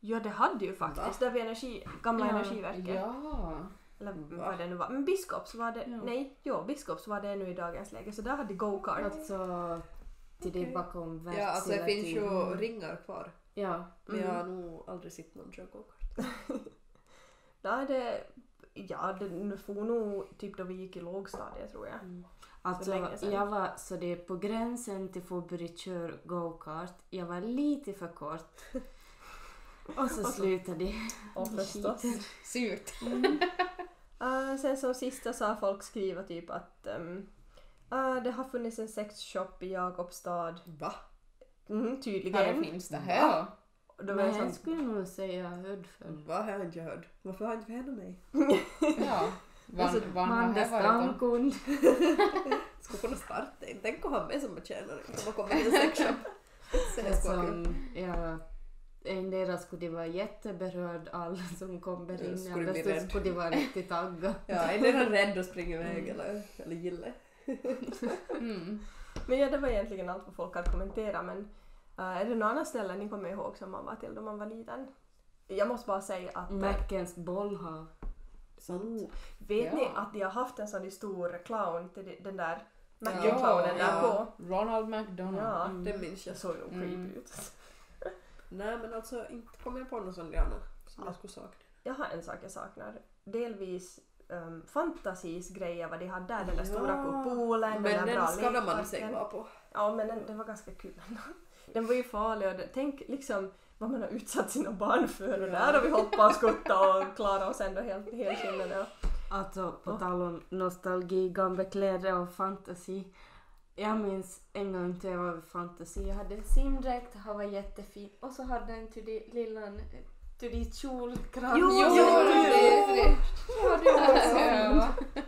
[SPEAKER 2] Ja, det hade ju faktiskt. Där vid energi, gamla
[SPEAKER 4] Ja.
[SPEAKER 2] energiverket.
[SPEAKER 3] Ja.
[SPEAKER 2] Eller
[SPEAKER 1] Va?
[SPEAKER 2] vad det nu var. Men Biskops var det...
[SPEAKER 4] Ja.
[SPEAKER 2] Nej, jo, Biskops var det nu i dagens läge. Så där hade go-kart.
[SPEAKER 4] Alltså till det
[SPEAKER 1] Okej.
[SPEAKER 4] bakom
[SPEAKER 1] Ja, alltså det finns ju
[SPEAKER 4] världshela tiden.
[SPEAKER 1] ringar kvar.
[SPEAKER 4] Ja.
[SPEAKER 1] Men
[SPEAKER 2] Mm.
[SPEAKER 1] jag har nog aldrig sett någon köra gokart.
[SPEAKER 2] Där det... Ja, det nu får nog typ då vi gick i lågstadiet tror jag.
[SPEAKER 1] Mm.
[SPEAKER 4] Alltså
[SPEAKER 2] länge sedan.
[SPEAKER 4] jag var så det är på gränsen till få börja köra go-kart. Jag var lite för kort.
[SPEAKER 1] [laughs]
[SPEAKER 4] Och så slutade det.
[SPEAKER 2] Och förstås.
[SPEAKER 3] Surt.
[SPEAKER 2] [laughs] Eh, sen som sista så har folk skrivit typ att ehm, eh, det har funnits en sexshop i Jakobstad.
[SPEAKER 1] Va?
[SPEAKER 2] Mm,
[SPEAKER 3] Ja, det
[SPEAKER 2] tydligen.
[SPEAKER 3] finns det här.
[SPEAKER 2] Då var
[SPEAKER 4] Men
[SPEAKER 2] jag
[SPEAKER 4] här
[SPEAKER 2] sån,
[SPEAKER 4] skulle jag nog säga höjd för.
[SPEAKER 1] Vad har jag inte hört? Varför har inte vi hört om mig?
[SPEAKER 3] Ja.
[SPEAKER 4] Alltså,
[SPEAKER 3] Vann, vann har
[SPEAKER 4] Mandes
[SPEAKER 3] här varit
[SPEAKER 4] stamkund.
[SPEAKER 1] Ska kunna starta en. Tänk att ha mig som betjänare. Om man kommer till en sexshop. Så jag ska vara kul.
[SPEAKER 4] Som, ja, endera skulle de vara jätteberörd alla som kommer
[SPEAKER 1] Ja,
[SPEAKER 4] in,
[SPEAKER 1] skulle
[SPEAKER 4] eller
[SPEAKER 1] bli
[SPEAKER 4] så
[SPEAKER 1] rädd.
[SPEAKER 4] skulle de vara riktigt taggade.
[SPEAKER 1] Ja, är den rädd att springa iväg eller, eller gillar?
[SPEAKER 3] om. Mm.
[SPEAKER 2] men ja, det var egentligen allt vad folk hade kommenterat men eh, är det några andra ställen ni kommer ihåg som man var till då man var liten? Jag måste bara säga att
[SPEAKER 1] Mm.
[SPEAKER 2] eh,
[SPEAKER 4] Mackens bollhav.
[SPEAKER 1] Sånt.
[SPEAKER 2] vet ni
[SPEAKER 3] Ja.
[SPEAKER 2] att de har haft en sån där stor clown till de- den där
[SPEAKER 1] Ja,
[SPEAKER 2] Macken-clownen där
[SPEAKER 1] ja. Mm.
[SPEAKER 2] på?
[SPEAKER 3] Ronald McDonald.
[SPEAKER 2] Ja.
[SPEAKER 4] Mm.
[SPEAKER 1] Det minns jag.
[SPEAKER 2] Jag såg nog creepy
[SPEAKER 3] Mm.
[SPEAKER 2] ut.
[SPEAKER 1] Nej men alltså inte kommer jag på någon sån där annan som jag skulle sakna.
[SPEAKER 2] Jag har en sak jag saknar. Delvis um, fantasis grejer vad de hade där. Den
[SPEAKER 1] Ja.
[SPEAKER 2] där stora kupolen, den där
[SPEAKER 1] Men
[SPEAKER 2] bra
[SPEAKER 1] den skadar man sig
[SPEAKER 2] lekparken.
[SPEAKER 1] vara på.
[SPEAKER 2] Ja, men den, den var ganska kul. Den var ju farlig och det, tänk liksom vad man har utsatt sina barn för och
[SPEAKER 1] Ja.
[SPEAKER 2] där har vi hoppat och skuttat och klarat oss ändå helt helskinnade. och-
[SPEAKER 4] Alltså på
[SPEAKER 2] Ja.
[SPEAKER 4] tal om nostalgi, gamla kläder och fantasi. Jag minns en gång då jag var vid fantasi. Jag hade en simdräkt, han var jättefin. Och så hade han till din lilla till din kjolkrans.
[SPEAKER 2] Jo,
[SPEAKER 3] Jo, det är fräscht.
[SPEAKER 4] Ja, det var så.
[SPEAKER 3] Ja.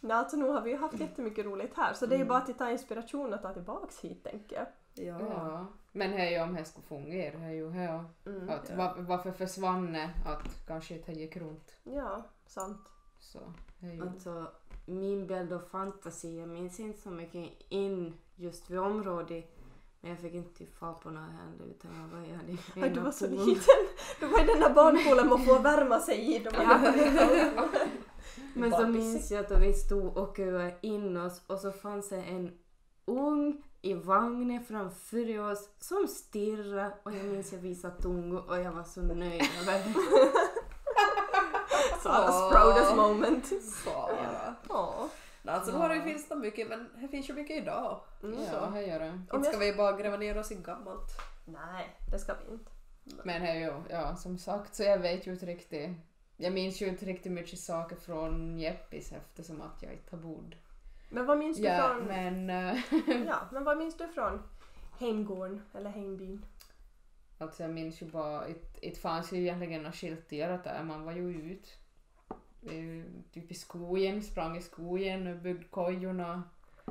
[SPEAKER 2] Nej, alltså nu har vi ju haft jättemycket roligt här så det är ju bara att ta inspiration och ta tillbaks hit tänker jag.
[SPEAKER 1] Ja.
[SPEAKER 3] Ja. Men det är ju om det skulle fungera. Det är ju här.
[SPEAKER 2] Mm.
[SPEAKER 3] Att
[SPEAKER 1] ja.
[SPEAKER 3] va- varför försvann det? Att kanske det gick runt.
[SPEAKER 2] Ja, sant.
[SPEAKER 3] Så det är
[SPEAKER 2] Mm.
[SPEAKER 3] ju...
[SPEAKER 4] Alltså min bild av fantasi, jag minns inte så mycket in just vid området. Men jag fick inte typ fara på några heller utan jag var, jag hade
[SPEAKER 2] Aj, [laughs] du var så
[SPEAKER 4] pool.
[SPEAKER 2] liten. Du var i den där barnpoolen man får värma sig i. De
[SPEAKER 4] Men så minns jag att vi stod och köade in oss och så fanns det en ung i vagnen framför oss som stirrade och jag minns jag visade tungo och jag var så
[SPEAKER 2] [laughs]
[SPEAKER 4] nöjd
[SPEAKER 1] [laughs]
[SPEAKER 4] över det.
[SPEAKER 2] Saras [laughs]
[SPEAKER 1] Åh.
[SPEAKER 2] proudest moment.
[SPEAKER 1] Sara.
[SPEAKER 2] Åh.
[SPEAKER 1] Nej, Alltså nu har det finns det mycket men det finns ju mycket idag.
[SPEAKER 3] Ja, det gör det.
[SPEAKER 2] Om
[SPEAKER 1] Inte ska
[SPEAKER 2] jag...
[SPEAKER 1] vi bara gräva ner oss i gammalt.
[SPEAKER 2] Nej, det ska vi inte.
[SPEAKER 3] Men det är ju, ja, som sagt så jag vet ju inte riktigt. Jag minns ju inte riktigt mycket saker från Jeppis eftersom att jag inte har bott.
[SPEAKER 2] Men vad minns du
[SPEAKER 3] Ja,
[SPEAKER 2] från...
[SPEAKER 3] men eh,
[SPEAKER 2] Ja, men vad minns du från hemgården eller hembyn?
[SPEAKER 3] alltså jag minns ju bara, inte- inte fanns ju egentligen något skilterat där. Man var ju ut. Vi är ju Typ i skogen, sprang i skogen och byggde kojorna.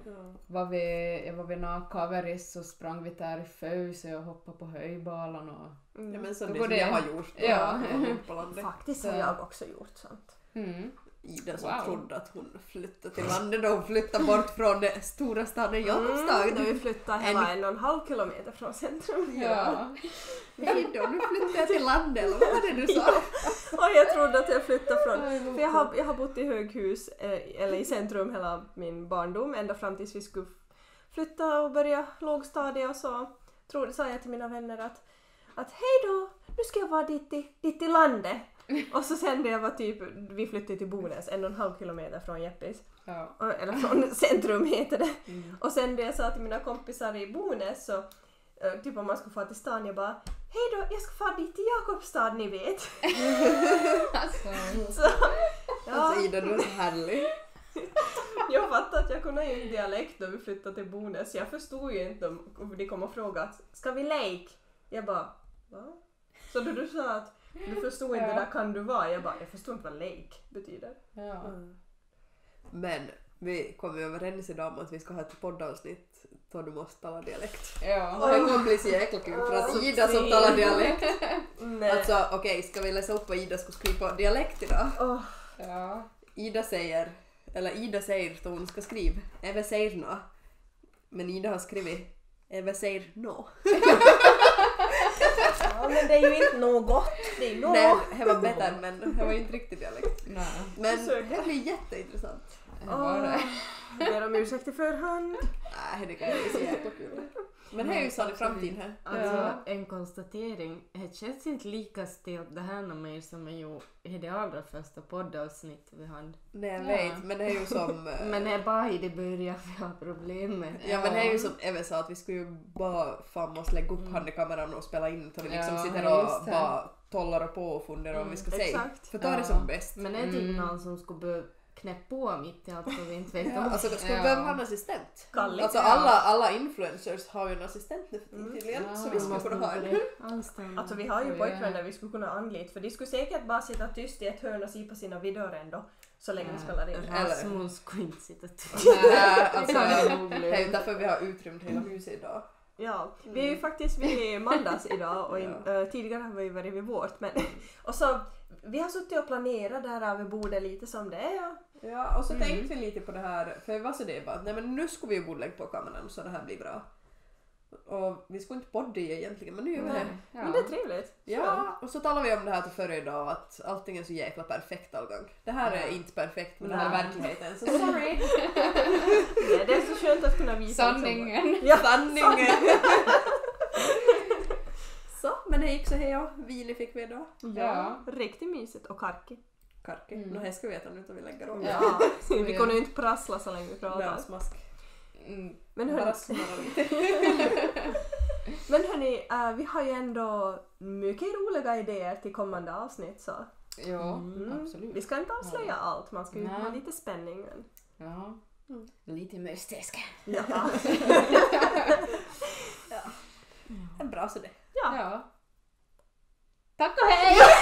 [SPEAKER 1] Ja.
[SPEAKER 3] Var vi, jag var vid några kaveris så sprang vi där i föse och hoppade på höjbalan och
[SPEAKER 1] Ja, men som
[SPEAKER 3] Då
[SPEAKER 1] det
[SPEAKER 3] går
[SPEAKER 1] som
[SPEAKER 3] det.
[SPEAKER 1] jag har gjort.
[SPEAKER 3] Ja.
[SPEAKER 1] På landet.
[SPEAKER 2] Faktiskt har
[SPEAKER 3] Så-
[SPEAKER 2] jag också gjort sånt.
[SPEAKER 3] mm.
[SPEAKER 1] Ida som
[SPEAKER 3] Wow.
[SPEAKER 1] trodde att hon flyttade till landet och hon flyttade bort från den stora staden Jakobstad.
[SPEAKER 2] Då vi flyttade hela Mm. en och en halv kilometer från centrum.
[SPEAKER 3] Ja.
[SPEAKER 1] Hej då, nu flyttar jag till landet eller vad var det du [laughs] sa?
[SPEAKER 2] Och jag trodde att jag flyttade från... För jag har, jag har bott i höghus, eh, eller i centrum hela min barndom ända fram tills vi skulle flytta och börja lågstadiet och så trodde, sa jag till mina vänner att, att hej då, nu ska jag vara dit i, dit i landet. Och så sen när jag var typ, vi flyttade till Bonäs, en och en halv kilometer från Jeppis.
[SPEAKER 3] Ja.
[SPEAKER 2] Och- eller från [laughs] centrum heter det. Och sen det jag sa till mina kompisar i Bonäs så, eh, typ om man skulle få till stan, jag bara Hej då, jag ska fara dit till Jakobstad ni vet. [laughs]
[SPEAKER 3] Alltså,
[SPEAKER 2] Så, ja,
[SPEAKER 1] Alltså Ida du är så härlig.
[SPEAKER 2] jag fattar att jag kunde ju inte dialekt när vi flyttade till Bonäs. Jag förstod ju inte om om de kom och frågade ska vi leka? Jag bara va? Så då du sa att du förstod inte
[SPEAKER 3] Ja.
[SPEAKER 2] det där kan du vara, jag bara jag förstår inte vad lek betyder.
[SPEAKER 3] ja.
[SPEAKER 1] Men vi kom ju överens idag om att vi ska ha ett poddavsnitt då du måste tala dialekt.
[SPEAKER 3] Ja.
[SPEAKER 1] Och det kommer bli så jäkla kul för att
[SPEAKER 2] Åh,
[SPEAKER 1] Ida som
[SPEAKER 2] fint.
[SPEAKER 1] talar dialekt.
[SPEAKER 2] Nej.
[SPEAKER 1] Alltså okej, ska vi läsa upp vad Ida skulle skriva på dialekt idag?
[SPEAKER 2] Åh,
[SPEAKER 3] ja.
[SPEAKER 1] Ida säger, eller Ida säger då hon ska skriva, Eva säger nå. Men Ida har skrivit, Eva säger nå.
[SPEAKER 2] ja, men det är ju inte något. Det är något.
[SPEAKER 1] Nej, det var bättre men det var ju inte riktigt dialekt.
[SPEAKER 3] Nej.
[SPEAKER 1] Men
[SPEAKER 2] Försökte.
[SPEAKER 1] det blir jätteintressant.
[SPEAKER 3] Det var
[SPEAKER 2] Ah.
[SPEAKER 3] det.
[SPEAKER 2] [laughs] Ber om ursäkt i förhand.
[SPEAKER 1] Nej, det kan inte så jäkla kul. Men det är ju salig framtid här.
[SPEAKER 4] Alltså
[SPEAKER 1] Ja.
[SPEAKER 4] en konstatering. Det känns inte lika stelt det här med mig som är ju i det allra första poddavsnitt vi hade.
[SPEAKER 1] Nej, jag
[SPEAKER 3] Ja.
[SPEAKER 1] vet, men det är
[SPEAKER 3] [laughs]
[SPEAKER 1] ju som... eh,
[SPEAKER 4] Men det är bara i det början vi har problem med.
[SPEAKER 1] Ja men det är ju som Eve sa att vi skulle ju bara fan måste lägga upp handikameran och spela in så vi
[SPEAKER 3] Mm.
[SPEAKER 1] liksom
[SPEAKER 3] Ja,
[SPEAKER 1] sitter och
[SPEAKER 3] just det. Mm,
[SPEAKER 1] bara tollar och på och funderar om vi ska säga.
[SPEAKER 2] Exakt.
[SPEAKER 1] För ta det
[SPEAKER 3] Ja.
[SPEAKER 1] som bäst.
[SPEAKER 4] Men det är typ
[SPEAKER 3] Mm.
[SPEAKER 4] någon som skulle börja knäppa på mitt i allt och vi inte vet
[SPEAKER 1] Ja,
[SPEAKER 4] om.
[SPEAKER 1] alltså ska vi
[SPEAKER 3] Ja.
[SPEAKER 1] behöva ha en assistent?
[SPEAKER 2] Kalle.
[SPEAKER 1] Alltså alla, alla influencers har ju en assistent nu för tiden tydligen så vi
[SPEAKER 4] Man
[SPEAKER 1] skulle
[SPEAKER 4] måste
[SPEAKER 1] kunna ha en.
[SPEAKER 4] börja anställa.
[SPEAKER 2] Alltså vi har ju
[SPEAKER 3] Ja.
[SPEAKER 2] pojkvänner vi skulle kunna anlita för de skulle säkert bara sitta tyst i ett hörn och sipa sina videor ändå så länge vi
[SPEAKER 3] Ja. Mm.
[SPEAKER 2] spelar in.
[SPEAKER 1] Eller-
[SPEAKER 4] Rasmus skulle inte sitta tyst.
[SPEAKER 1] [laughs] Nej, alltså, det är ju
[SPEAKER 4] roligt.
[SPEAKER 1] därför vi har utrymt hela huset idag.
[SPEAKER 2] Ja, vi är ju faktiskt
[SPEAKER 3] [laughs]
[SPEAKER 2] vid Mandas idag och in, eh, tidigare har vi ju varit vid vårt. Men, [laughs] och så, vi har suttit och planerat där vid bordet lite som det är. och-
[SPEAKER 1] Ja, och så tänkte vi lite på det här, för vad så det bara att nej men nu skulle vi ju bordlägga på kameran så det här blir bra. Och vi skulle inte podda i egentligen men nu gör vi det.
[SPEAKER 2] Men det är trevligt.
[SPEAKER 1] Ja, och så talade vi om det här till förra idag att allting är så jäkla perfekt all gång. Det här är inte perfekt men det här är
[SPEAKER 3] Nej. [laughs]
[SPEAKER 1] verkligheten så sorry.
[SPEAKER 2] Ja, det är så skönt att kunna visa. liksom-
[SPEAKER 3] Sanningen.
[SPEAKER 2] Ja,
[SPEAKER 1] Sanningen! [laughs] så, men det gick så här ja. Vini fick vi då.
[SPEAKER 3] Ja.
[SPEAKER 2] Riktigt mysigt och karki.
[SPEAKER 1] Karki.
[SPEAKER 3] Mm.
[SPEAKER 1] Nå här ska vi veta nu utan vi lägger om.
[SPEAKER 3] Ja.
[SPEAKER 2] Ja, [laughs] vi kommer ju inte prassla så länge vi pratar.
[SPEAKER 1] Bra smask.
[SPEAKER 3] Mm.
[SPEAKER 2] Men hörni,
[SPEAKER 1] Bara snurra lite.
[SPEAKER 2] men hörni eh, vi har ju ändå mycket roliga idéer till kommande avsnitt så
[SPEAKER 3] Ja,
[SPEAKER 2] Mm. vi
[SPEAKER 3] absolut.
[SPEAKER 2] ska inte avslöja
[SPEAKER 3] Ja.
[SPEAKER 2] allt, man ska ju
[SPEAKER 3] Nej.
[SPEAKER 2] ha lite spänning. Men...
[SPEAKER 3] Ja.
[SPEAKER 1] Mm.
[SPEAKER 3] Lite mystiska.
[SPEAKER 2] Ja.
[SPEAKER 1] En bra så det.
[SPEAKER 2] Ja.
[SPEAKER 3] Tá Tack och hej!